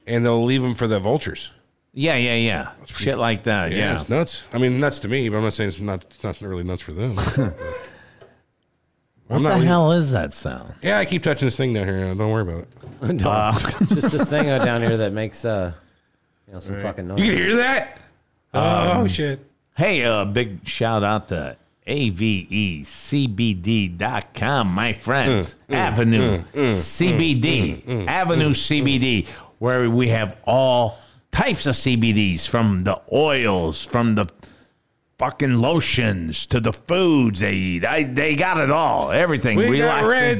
[SPEAKER 3] and they'll leave them for the vultures.
[SPEAKER 2] Yeah, yeah, yeah. Shit like that. Yeah.
[SPEAKER 3] it's nuts. I mean, nuts to me, but I'm not saying it's not. It's not really nuts for them. I'm
[SPEAKER 2] What
[SPEAKER 3] not.
[SPEAKER 2] the
[SPEAKER 3] leaving-
[SPEAKER 2] hell is that sound?
[SPEAKER 3] Yeah, I keep touching this thing down here. Don't worry about it.
[SPEAKER 4] It's just this thing out down here that makes uh, you know, some fucking
[SPEAKER 3] You
[SPEAKER 4] noise.
[SPEAKER 3] can hear that? oh shit!
[SPEAKER 2] Hey, uh, big shout out to E AVECBD.com, my friends.
[SPEAKER 3] Mm,
[SPEAKER 2] Avenue CBD, Avenue CBD, where we have all types of CBDs from the oils, from the fucking lotions to the foods they eat. I, they got it all, everything.
[SPEAKER 3] We got
[SPEAKER 2] Relaxing.
[SPEAKER 3] red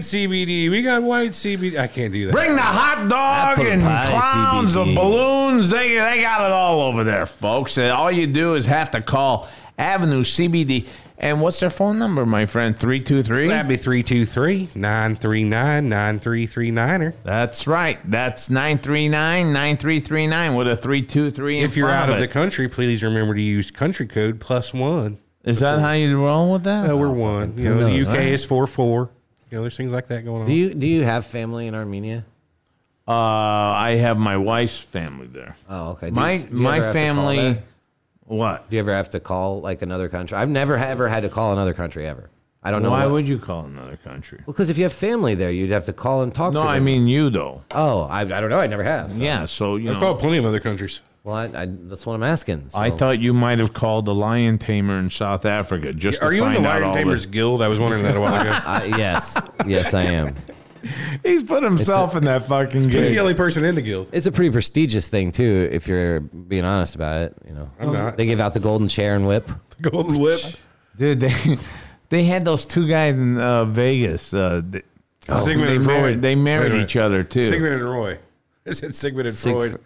[SPEAKER 3] CBD. We got white CBD. I can't do that.
[SPEAKER 2] Bring the hot dog
[SPEAKER 4] Apple
[SPEAKER 2] and
[SPEAKER 4] pie,
[SPEAKER 2] clowns
[SPEAKER 4] CBD.
[SPEAKER 2] and balloons. They, they got it all over there, folks. And all you do is have to call Avenue CBD. And what's their phone number, my friend? 323?
[SPEAKER 3] That'd be 323 939 9339er.
[SPEAKER 2] That's right. That's 939 9339 with a 323. in
[SPEAKER 3] If you're
[SPEAKER 2] front
[SPEAKER 3] out of the
[SPEAKER 2] it.
[SPEAKER 3] country, please remember to use country code plus one.
[SPEAKER 2] Is that how you roll with that?
[SPEAKER 3] Uh, we're one. You know, the UK is 4 4. You know, there's things like that going on.
[SPEAKER 4] Do you do you have family in Armenia?
[SPEAKER 2] Uh, I have my wife's family there.
[SPEAKER 4] Oh, okay. Do you-
[SPEAKER 2] my
[SPEAKER 4] do you
[SPEAKER 2] my
[SPEAKER 4] ever have to call there?
[SPEAKER 2] family. What?
[SPEAKER 4] Do you ever have to call like another country? I've never ever had to call another country ever. I don't know
[SPEAKER 2] Why
[SPEAKER 4] why.
[SPEAKER 2] would you call another country?
[SPEAKER 4] because if you have family there, you'd have to call and talk
[SPEAKER 2] No,
[SPEAKER 4] to them.
[SPEAKER 2] I mean you though.
[SPEAKER 4] Oh, I, I don't know. I never have. so-
[SPEAKER 2] Yeah, so you
[SPEAKER 3] I've
[SPEAKER 2] know.
[SPEAKER 3] called plenty of other countries.
[SPEAKER 4] Well, I, I, that's what I'm asking.
[SPEAKER 2] I
[SPEAKER 4] so-
[SPEAKER 2] thought you might have called the lion tamer in South Africa just
[SPEAKER 3] Are
[SPEAKER 2] to
[SPEAKER 3] you in
[SPEAKER 2] find
[SPEAKER 3] the
[SPEAKER 2] out
[SPEAKER 3] Lion
[SPEAKER 2] all
[SPEAKER 3] Tamers
[SPEAKER 2] this.
[SPEAKER 3] Guild? I was wondering that a while ago.
[SPEAKER 4] I, yes, yes, I am.
[SPEAKER 2] He's put himself in that fucking
[SPEAKER 3] He's
[SPEAKER 2] game.
[SPEAKER 3] the only person in the guild.
[SPEAKER 4] It's a pretty prestigious thing too, if you're being honest about it. You know,
[SPEAKER 3] I'm not.
[SPEAKER 4] They give out the golden chair and whip.
[SPEAKER 3] The Golden Whip.
[SPEAKER 2] Dude, they, they had those two guys in uh, Vegas. Uh, they,
[SPEAKER 3] Sigmund
[SPEAKER 2] they married,
[SPEAKER 3] and Freud.
[SPEAKER 2] they
[SPEAKER 3] Oh, Wait a
[SPEAKER 2] married
[SPEAKER 3] minute.
[SPEAKER 2] each other too.
[SPEAKER 3] Sigmund and Roy. Is it Sigmund and
[SPEAKER 4] Sig-
[SPEAKER 3] Freud?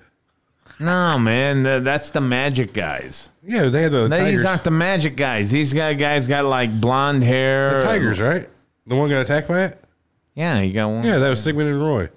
[SPEAKER 2] No, man, th- that's the magic guys.
[SPEAKER 3] Yeah, they had the
[SPEAKER 2] No, These
[SPEAKER 3] tigers.
[SPEAKER 2] aren't the magic guys. These guy- guys got like blonde hair.
[SPEAKER 3] tigers, right? The one got attacked by it.
[SPEAKER 2] Yeah, you got one.
[SPEAKER 3] Yeah, that was Sigmund and Roy.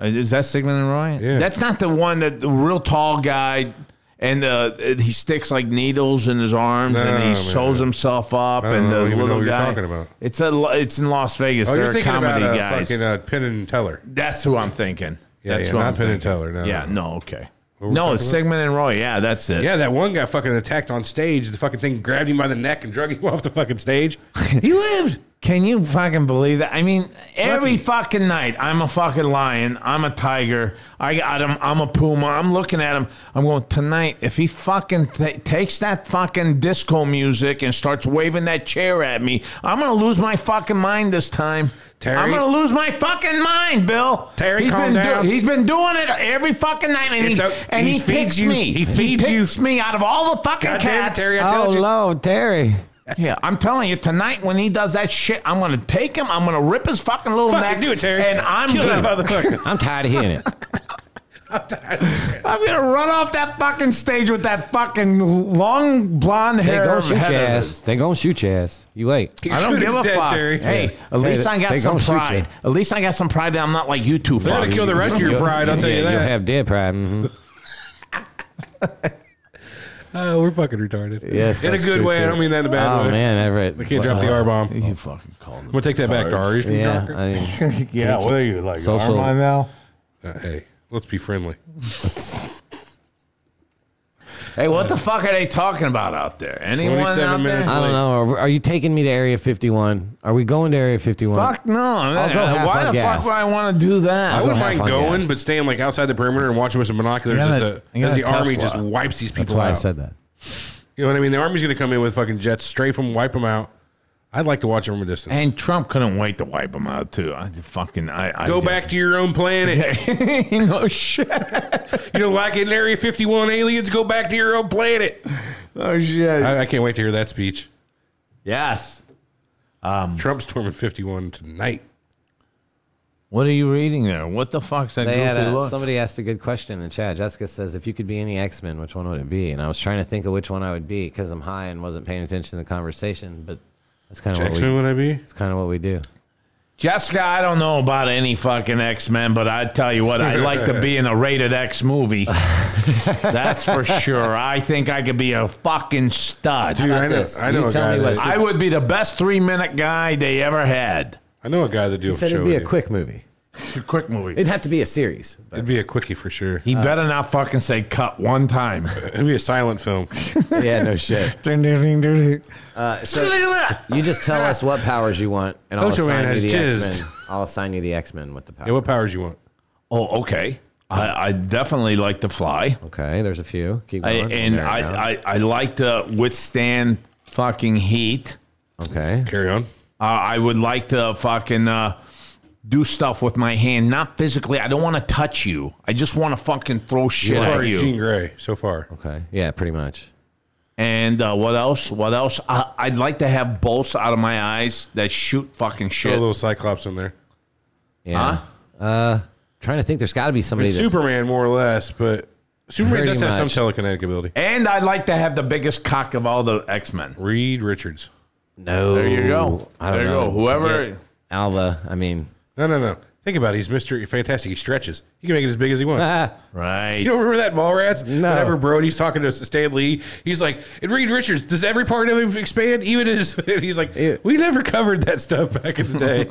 [SPEAKER 2] Uh, Is that Sigmund and Roy?
[SPEAKER 3] Yeah.
[SPEAKER 2] That's not the one that the real tall guy and uh, he sticks like needles in his arms
[SPEAKER 3] No,
[SPEAKER 2] and he
[SPEAKER 3] man.
[SPEAKER 2] sews himself up
[SPEAKER 3] I don't
[SPEAKER 2] and
[SPEAKER 3] know
[SPEAKER 2] the
[SPEAKER 3] even know
[SPEAKER 2] little
[SPEAKER 3] what you're
[SPEAKER 2] guy.
[SPEAKER 3] talking about.
[SPEAKER 2] It's a lo- it's in Las Vegas.
[SPEAKER 3] Oh,
[SPEAKER 2] They're
[SPEAKER 3] you're thinking
[SPEAKER 2] comedy
[SPEAKER 3] about uh,
[SPEAKER 2] guys.
[SPEAKER 3] fucking uh, Penn and Teller.
[SPEAKER 2] that's who I'm thinking.
[SPEAKER 3] Yeah,
[SPEAKER 2] that's
[SPEAKER 3] yeah,
[SPEAKER 2] who
[SPEAKER 3] not
[SPEAKER 2] I'm
[SPEAKER 3] Penn and
[SPEAKER 2] thinking.
[SPEAKER 3] Teller. No,
[SPEAKER 2] Yeah,
[SPEAKER 3] no.
[SPEAKER 2] no, okay.
[SPEAKER 3] we
[SPEAKER 2] No,
[SPEAKER 3] talking
[SPEAKER 2] it's
[SPEAKER 3] about?
[SPEAKER 2] Sigmund and Roy. Yeah, that's it.
[SPEAKER 3] Yeah, that one guy fucking attacked on stage. The fucking thing grabbed him by the neck and drug him off the fucking stage. he lived.
[SPEAKER 2] Can you fucking believe that? I mean, every
[SPEAKER 3] Lucky.
[SPEAKER 2] fucking night, I'm a fucking lion. I'm a tiger. I got him. I'm a puma. I'm looking at him. I'm going, tonight, if he fucking ta takes that fucking disco music and starts waving that chair at me, I'm going to lose my fucking mind this time.
[SPEAKER 3] Terry-
[SPEAKER 2] I'm going to lose my fucking mind, Bill.
[SPEAKER 3] Terry,
[SPEAKER 2] been
[SPEAKER 3] calm down.
[SPEAKER 2] he's been doing it every fucking night, and,
[SPEAKER 3] It's
[SPEAKER 2] he,
[SPEAKER 3] o-
[SPEAKER 2] and
[SPEAKER 3] he
[SPEAKER 2] he,
[SPEAKER 3] feeds
[SPEAKER 2] picks
[SPEAKER 3] you.
[SPEAKER 2] me.
[SPEAKER 3] He feeds you.
[SPEAKER 2] picks me out of all the fucking
[SPEAKER 3] Goddamn it,
[SPEAKER 2] cats.
[SPEAKER 3] Terry, I told you.
[SPEAKER 4] no, Oh, Terry.
[SPEAKER 2] Yeah, I'm telling you, tonight when he does that shit, I'm gonna take him. I'm gonna rip his fucking little
[SPEAKER 3] Fucking
[SPEAKER 2] neck.
[SPEAKER 3] do it, Terry.
[SPEAKER 2] And I'm
[SPEAKER 3] Kill that
[SPEAKER 2] gonna,
[SPEAKER 3] motherfucker.
[SPEAKER 4] I'm tired of hearing it.
[SPEAKER 2] I'm gonna run off that fucking stage with that fucking long blonde
[SPEAKER 4] They
[SPEAKER 2] hair.
[SPEAKER 4] gonna
[SPEAKER 2] of
[SPEAKER 4] shoot your
[SPEAKER 2] head of
[SPEAKER 4] ass.
[SPEAKER 2] his.
[SPEAKER 4] They gonna shoot your ass. You wait.
[SPEAKER 2] I don't
[SPEAKER 3] Shoot
[SPEAKER 2] give
[SPEAKER 3] his
[SPEAKER 2] a
[SPEAKER 3] dead,
[SPEAKER 2] fuck.
[SPEAKER 3] Terry.
[SPEAKER 2] Hey,
[SPEAKER 4] Yeah.
[SPEAKER 2] at least
[SPEAKER 4] They-
[SPEAKER 2] I got
[SPEAKER 4] they
[SPEAKER 2] some
[SPEAKER 4] gonna shoot
[SPEAKER 2] pride. At least I got some pride that I'm not like you two.
[SPEAKER 3] They're
[SPEAKER 2] fucks.
[SPEAKER 3] gonna kill the rest of your pride. I'll tell you
[SPEAKER 4] You'll
[SPEAKER 3] that.
[SPEAKER 4] have dead pride. mhm.
[SPEAKER 3] Oh, we're fucking retarded.
[SPEAKER 4] Yes,
[SPEAKER 3] in a
[SPEAKER 4] that's
[SPEAKER 3] good
[SPEAKER 4] true,
[SPEAKER 3] way. I
[SPEAKER 4] too.
[SPEAKER 3] don't mean that in a bad
[SPEAKER 4] Oh
[SPEAKER 3] way.
[SPEAKER 4] man, I read.
[SPEAKER 3] I can't drop the R bomb. I'm
[SPEAKER 2] You fucking called him.
[SPEAKER 3] gonna take that back to R.
[SPEAKER 4] Yeah,
[SPEAKER 3] Yeah.
[SPEAKER 4] I mean,
[SPEAKER 2] Yeah, what are you like?
[SPEAKER 4] Social- Armand
[SPEAKER 2] now?
[SPEAKER 3] Uh, hey, let's be friendly.
[SPEAKER 2] Hey, what the fuck are they talking about out there? Anyone
[SPEAKER 3] 27
[SPEAKER 2] out
[SPEAKER 3] minutes
[SPEAKER 2] there?
[SPEAKER 4] I don't know. Are, are you taking me to Area 51? Are we going to Area 51?
[SPEAKER 2] Fuck no! man.
[SPEAKER 4] go half
[SPEAKER 2] Why
[SPEAKER 4] on
[SPEAKER 2] the
[SPEAKER 4] gas.
[SPEAKER 2] fuck would I want to do that?
[SPEAKER 3] I
[SPEAKER 4] go
[SPEAKER 3] wouldn't
[SPEAKER 4] half
[SPEAKER 3] mind
[SPEAKER 4] on
[SPEAKER 3] going,
[SPEAKER 4] gas.
[SPEAKER 3] but staying like outside the perimeter and watching with some binoculars
[SPEAKER 2] I
[SPEAKER 3] as
[SPEAKER 2] got a-
[SPEAKER 3] the,
[SPEAKER 2] I got
[SPEAKER 3] as
[SPEAKER 2] a
[SPEAKER 3] the army
[SPEAKER 2] Tesla.
[SPEAKER 3] just wipes these people
[SPEAKER 4] That's why
[SPEAKER 3] out.
[SPEAKER 4] I said that.
[SPEAKER 3] You know what I mean? The army's going to come in with fucking jets, straight from wipe them out. I'd like to watch them from a distance.
[SPEAKER 2] And Trump couldn't wait to wipe them out too. I fucking I, I
[SPEAKER 3] Go back to your own planet.
[SPEAKER 2] no shit.
[SPEAKER 3] you know, like in Area 51 aliens, go back to your own planet.
[SPEAKER 2] Oh shit.
[SPEAKER 3] I, I can't wait to hear that speech.
[SPEAKER 2] yes.
[SPEAKER 3] Trump storming 51 tonight.
[SPEAKER 2] What are you reading there? What the fuck's that
[SPEAKER 4] They
[SPEAKER 2] goofy
[SPEAKER 4] had a,
[SPEAKER 2] look?
[SPEAKER 4] somebody asked a good question in the chat. Jessica says, "If you could be any X Men, which one would it be?" And I was trying to think of which one I would be because I'm high and wasn't paying attention to the conversation. But that's kind of what
[SPEAKER 3] X-Men
[SPEAKER 4] we,
[SPEAKER 3] would I be?
[SPEAKER 4] that's kind of what we do.
[SPEAKER 2] Jessica, I don't know about any fucking X Men, but I tell you what, I'd like to be in a rated X movie. That's for sure. I think I could be a fucking stud.
[SPEAKER 3] Dude, I know,
[SPEAKER 4] this?
[SPEAKER 3] I know
[SPEAKER 4] You
[SPEAKER 3] a
[SPEAKER 4] tell
[SPEAKER 3] guy
[SPEAKER 4] me
[SPEAKER 3] that,
[SPEAKER 4] what's-
[SPEAKER 2] I would be the best three minute guy they ever had.
[SPEAKER 3] I know a guy that do a
[SPEAKER 4] Said
[SPEAKER 3] show.
[SPEAKER 4] it'd be a
[SPEAKER 3] with you.
[SPEAKER 4] quick movie.
[SPEAKER 2] Quick movie.
[SPEAKER 4] It'd have to be a series. But
[SPEAKER 3] It'd be a quickie for sure.
[SPEAKER 2] He better not fucking say cut one time.
[SPEAKER 3] It'd be a silent film.
[SPEAKER 4] yeah, no shit.
[SPEAKER 2] That's
[SPEAKER 4] Uh, so you just tell us what powers you want, and I'll
[SPEAKER 3] Ultraman
[SPEAKER 4] assign you
[SPEAKER 3] has
[SPEAKER 4] the
[SPEAKER 3] jizzed.
[SPEAKER 4] X Men. I'll assign you the X Men with the
[SPEAKER 3] yeah,
[SPEAKER 4] power.
[SPEAKER 3] what powers you want?
[SPEAKER 2] Oh, okay. I, I definitely like to fly.
[SPEAKER 4] Okay, there's a few. Keep
[SPEAKER 2] I,
[SPEAKER 4] going.
[SPEAKER 2] and
[SPEAKER 4] There you go.
[SPEAKER 2] I, I, I like to withstand fucking heat.
[SPEAKER 4] okay.
[SPEAKER 3] Carry on.
[SPEAKER 2] Uh, I would like to fucking uh, do stuff with my hand, not physically. I don't want to touch you. I just want to fucking throw shit
[SPEAKER 3] As far
[SPEAKER 2] at
[SPEAKER 3] as
[SPEAKER 2] you.
[SPEAKER 3] Jean Grey, so far.
[SPEAKER 4] Okay. Yeah, pretty much.
[SPEAKER 2] And uh, what else? What else? I, I'd like to have bolts out of my eyes that shoot fucking
[SPEAKER 3] Throw
[SPEAKER 2] shit.
[SPEAKER 3] a little Cyclops in there.
[SPEAKER 4] Yeah. Uh, trying to think. There's got to be somebody.
[SPEAKER 3] It's
[SPEAKER 4] That's,
[SPEAKER 3] Superman, more or less, but Superman
[SPEAKER 4] Pretty
[SPEAKER 3] does have some
[SPEAKER 4] much.
[SPEAKER 3] telekinetic ability.
[SPEAKER 2] and I'd like to have the biggest cock of all the X Men.
[SPEAKER 3] Reed Richards.
[SPEAKER 4] No.
[SPEAKER 2] There you go.
[SPEAKER 4] I don't
[SPEAKER 2] There you
[SPEAKER 4] know.
[SPEAKER 2] go. Whoever-
[SPEAKER 4] To get Alva. I mean,
[SPEAKER 3] No, no, no. Think about it. He's Mr. Fantastic. He stretches. He can make it as big as he wants.
[SPEAKER 2] Uh,
[SPEAKER 4] ah,
[SPEAKER 2] Right.
[SPEAKER 3] You don't remember that Mallrats?
[SPEAKER 4] No.
[SPEAKER 3] Whenever Brody's talking to Stan Lee, he's like, "And Reed Richards, does every part of him expand? Even his?" And he's like,
[SPEAKER 4] Ew.
[SPEAKER 3] "We never covered that stuff back in the day."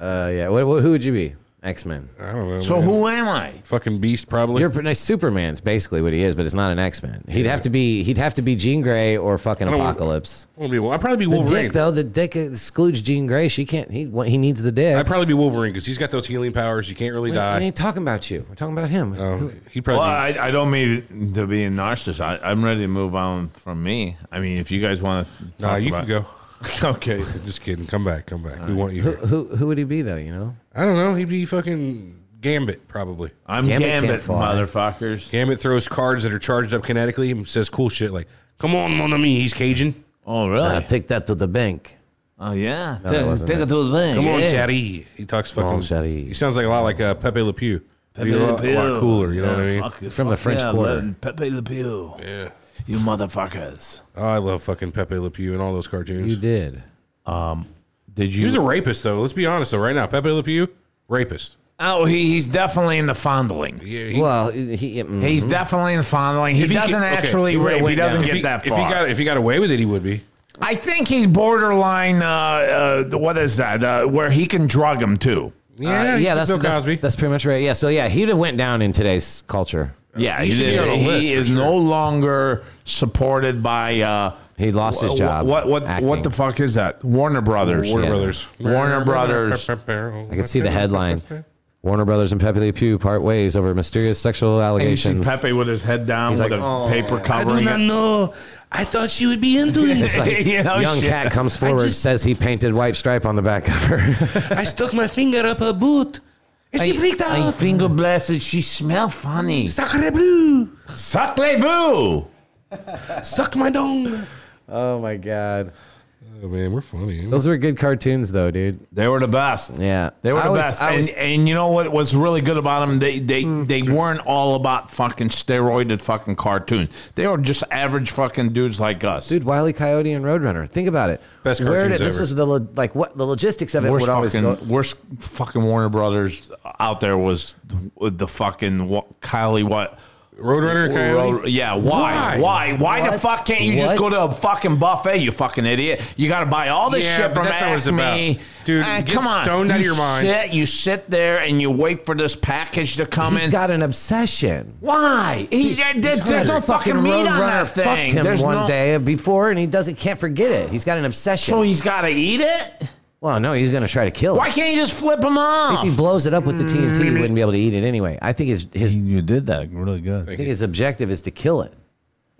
[SPEAKER 4] uh, yeah. What, what, who would you be? X Men.
[SPEAKER 3] I don't know.
[SPEAKER 2] so
[SPEAKER 3] man.
[SPEAKER 2] who am I?
[SPEAKER 3] Fucking beast, probably.
[SPEAKER 4] You're pretty nice. Superman's basically what he is, but it's not an X Men. He'd have to be. He'd have to be Jean Grey or fucking
[SPEAKER 3] don't-
[SPEAKER 4] Apocalypse.
[SPEAKER 3] I'd be, I'd probably be
[SPEAKER 4] The
[SPEAKER 3] Wolverine.
[SPEAKER 4] dick though. The dick excludes Jean Grey. She can't. He he needs the dick.
[SPEAKER 3] I'd probably be Wolverine because he's got those healing powers. You can't really
[SPEAKER 4] we, we
[SPEAKER 3] die.
[SPEAKER 4] ain't talking about you. We're talking about him.
[SPEAKER 2] Oh,
[SPEAKER 3] Um, he'd
[SPEAKER 2] Well,
[SPEAKER 3] probably. be-
[SPEAKER 2] I, I don't mean to be a narcissist. I, I'm ready to move on from me. I mean, if you guys want to,
[SPEAKER 3] nah, you can go.
[SPEAKER 2] Okay,
[SPEAKER 3] Just kidding. Come back. Come back. We want you. Here.
[SPEAKER 4] Who who would he be though? You know.
[SPEAKER 3] I don't know. He'd be fucking Gambit, probably.
[SPEAKER 2] I'm
[SPEAKER 4] Gambit
[SPEAKER 2] Gambit,
[SPEAKER 4] can't fly.
[SPEAKER 2] motherfuckers.
[SPEAKER 3] Gambit throws cards that are charged up kinetically and says cool shit like, "Come on, mon ami." He's Cajun.
[SPEAKER 2] Oh really?
[SPEAKER 4] I'll take that to the bank.
[SPEAKER 2] oh yeah.
[SPEAKER 4] that
[SPEAKER 2] take,
[SPEAKER 4] wasn't
[SPEAKER 2] take
[SPEAKER 4] it.
[SPEAKER 2] it to the thing.
[SPEAKER 3] Come on,
[SPEAKER 2] yeah.
[SPEAKER 3] Shadi. He talks fucking.
[SPEAKER 4] on, Shadi.
[SPEAKER 3] He sounds like a lot like uh, Pepe Le Pew.
[SPEAKER 2] Pepe
[SPEAKER 3] Pepe a, lot,
[SPEAKER 2] Le Pew.
[SPEAKER 3] a lot cooler. You know
[SPEAKER 2] Yeah,
[SPEAKER 3] what I mean?
[SPEAKER 2] fuck-
[SPEAKER 4] From the
[SPEAKER 2] fuck
[SPEAKER 4] French
[SPEAKER 2] yeah,
[SPEAKER 4] Quarter.
[SPEAKER 2] man. Pepe Le Pew. Yeah. You motherfuckers.
[SPEAKER 3] Oh, I love fucking Pepe Le Pew and all those cartoons.
[SPEAKER 4] You did.
[SPEAKER 2] Did
[SPEAKER 3] he was a
[SPEAKER 2] you?
[SPEAKER 3] rapist, though. Let's be honest, though. Right now, Pepe Le Pew, rapist.
[SPEAKER 2] Oh, he, he's definitely in the fondling.
[SPEAKER 3] Yeah, he-
[SPEAKER 4] Well, he, he- mm,
[SPEAKER 2] He's definitely in the fondling. He,
[SPEAKER 3] if he
[SPEAKER 2] doesn't
[SPEAKER 3] get- okay,
[SPEAKER 2] actually
[SPEAKER 3] he would've
[SPEAKER 2] rape. He
[SPEAKER 3] went down.
[SPEAKER 2] doesn't
[SPEAKER 3] If
[SPEAKER 2] get
[SPEAKER 3] he-
[SPEAKER 2] that
[SPEAKER 3] If
[SPEAKER 2] far.
[SPEAKER 3] he got if he got away with it, he would be.
[SPEAKER 2] I think he's borderline. Uh, uh, what is that? Uh, where he can drug him too.
[SPEAKER 3] Yeah,
[SPEAKER 4] uh,
[SPEAKER 3] he's
[SPEAKER 4] yeah. That's,
[SPEAKER 3] Bill
[SPEAKER 4] that's
[SPEAKER 3] Cosby.
[SPEAKER 4] that's pretty much right. Yeah. So yeah, he'd have went down in today's culture.
[SPEAKER 2] Yeah,
[SPEAKER 3] he should be on a
[SPEAKER 2] he
[SPEAKER 3] list for
[SPEAKER 2] is
[SPEAKER 3] sure.
[SPEAKER 2] no longer supported by. Uh,
[SPEAKER 4] He lost his
[SPEAKER 2] wh-
[SPEAKER 4] job
[SPEAKER 2] What what
[SPEAKER 4] acting.
[SPEAKER 2] what the fuck is that? Warner Brothers.
[SPEAKER 3] Warner
[SPEAKER 4] Yeah.
[SPEAKER 3] Brothers.
[SPEAKER 2] Warner Brothers.
[SPEAKER 4] I could see the headline: Warner Brothers and Pepe Le Pew part ways over mysterious sexual
[SPEAKER 2] You see
[SPEAKER 4] allegations.
[SPEAKER 2] Pepe with his head down
[SPEAKER 4] He's
[SPEAKER 2] with
[SPEAKER 4] like,
[SPEAKER 2] a
[SPEAKER 4] "Oh,
[SPEAKER 2] paper covering it.
[SPEAKER 3] know. I thought she would be into
[SPEAKER 4] It's like,
[SPEAKER 2] You know,
[SPEAKER 4] young
[SPEAKER 2] oh, shit.
[SPEAKER 4] cat comes forward,
[SPEAKER 3] just-
[SPEAKER 4] says he painted white stripe on the back cover.
[SPEAKER 3] I stuck my finger up her boot. And she freaked
[SPEAKER 2] finger blasted. She smell funny.
[SPEAKER 3] Sacre bleu.
[SPEAKER 2] Sacrez-vous!
[SPEAKER 3] Suck my dong.
[SPEAKER 4] oh my god,
[SPEAKER 3] Oh, man, we're funny.
[SPEAKER 4] those were good cartoons though, dude.
[SPEAKER 2] They were the best.
[SPEAKER 4] Yeah,
[SPEAKER 2] They were
[SPEAKER 4] I
[SPEAKER 2] the
[SPEAKER 4] was-
[SPEAKER 2] best.
[SPEAKER 4] I was-
[SPEAKER 2] and, and you know what was really good about them? They they,
[SPEAKER 3] Hmm.
[SPEAKER 2] they weren't all about fucking steroided fucking cartoons. They were just average fucking dudes like us.
[SPEAKER 4] Dude, Wiley Coyote and Roadrunner. Think about it.
[SPEAKER 3] Best
[SPEAKER 4] Where
[SPEAKER 3] cartoons
[SPEAKER 4] did this
[SPEAKER 3] ever.
[SPEAKER 4] is the lo- like what the logistics of it
[SPEAKER 2] worst
[SPEAKER 4] would always
[SPEAKER 2] fucking,
[SPEAKER 4] go.
[SPEAKER 2] worst fucking Warner Brothers out there was the fucking what, Kylie what
[SPEAKER 3] Roadrunner and Coyote.
[SPEAKER 2] Road- yeah, why? Why? Why, the
[SPEAKER 4] What?
[SPEAKER 2] fuck can't you just go
[SPEAKER 4] What?
[SPEAKER 2] to a fucking buffet, you fucking idiot? You got to buy all this
[SPEAKER 3] Yeah,
[SPEAKER 2] shit
[SPEAKER 3] but
[SPEAKER 2] from
[SPEAKER 3] that's not what it's
[SPEAKER 2] Acme.
[SPEAKER 3] about. Dude,
[SPEAKER 2] Ah,
[SPEAKER 3] get
[SPEAKER 2] come on.
[SPEAKER 3] stoned out of
[SPEAKER 2] You
[SPEAKER 3] your mind.
[SPEAKER 2] Sit, you sit there and you wait for this package to come
[SPEAKER 4] He's
[SPEAKER 2] in.
[SPEAKER 4] got an obsession.
[SPEAKER 2] why? He, there- there's no fucking meat on
[SPEAKER 4] Roadrunner
[SPEAKER 2] that thing.
[SPEAKER 4] Fucked him
[SPEAKER 2] there's
[SPEAKER 4] one
[SPEAKER 2] no,
[SPEAKER 4] day before, and he doesn't can't forget it. He's got an obsession.
[SPEAKER 2] So he's got to eat it?
[SPEAKER 4] well, no, he's gonna try to kill.
[SPEAKER 2] Why
[SPEAKER 4] it.
[SPEAKER 2] can't you just flip him off? Mm.
[SPEAKER 4] If he blows it up with the TNT, he wouldn't be able to eat it anyway. I think his his I
[SPEAKER 2] you did that really good.
[SPEAKER 4] think his objective is to kill it.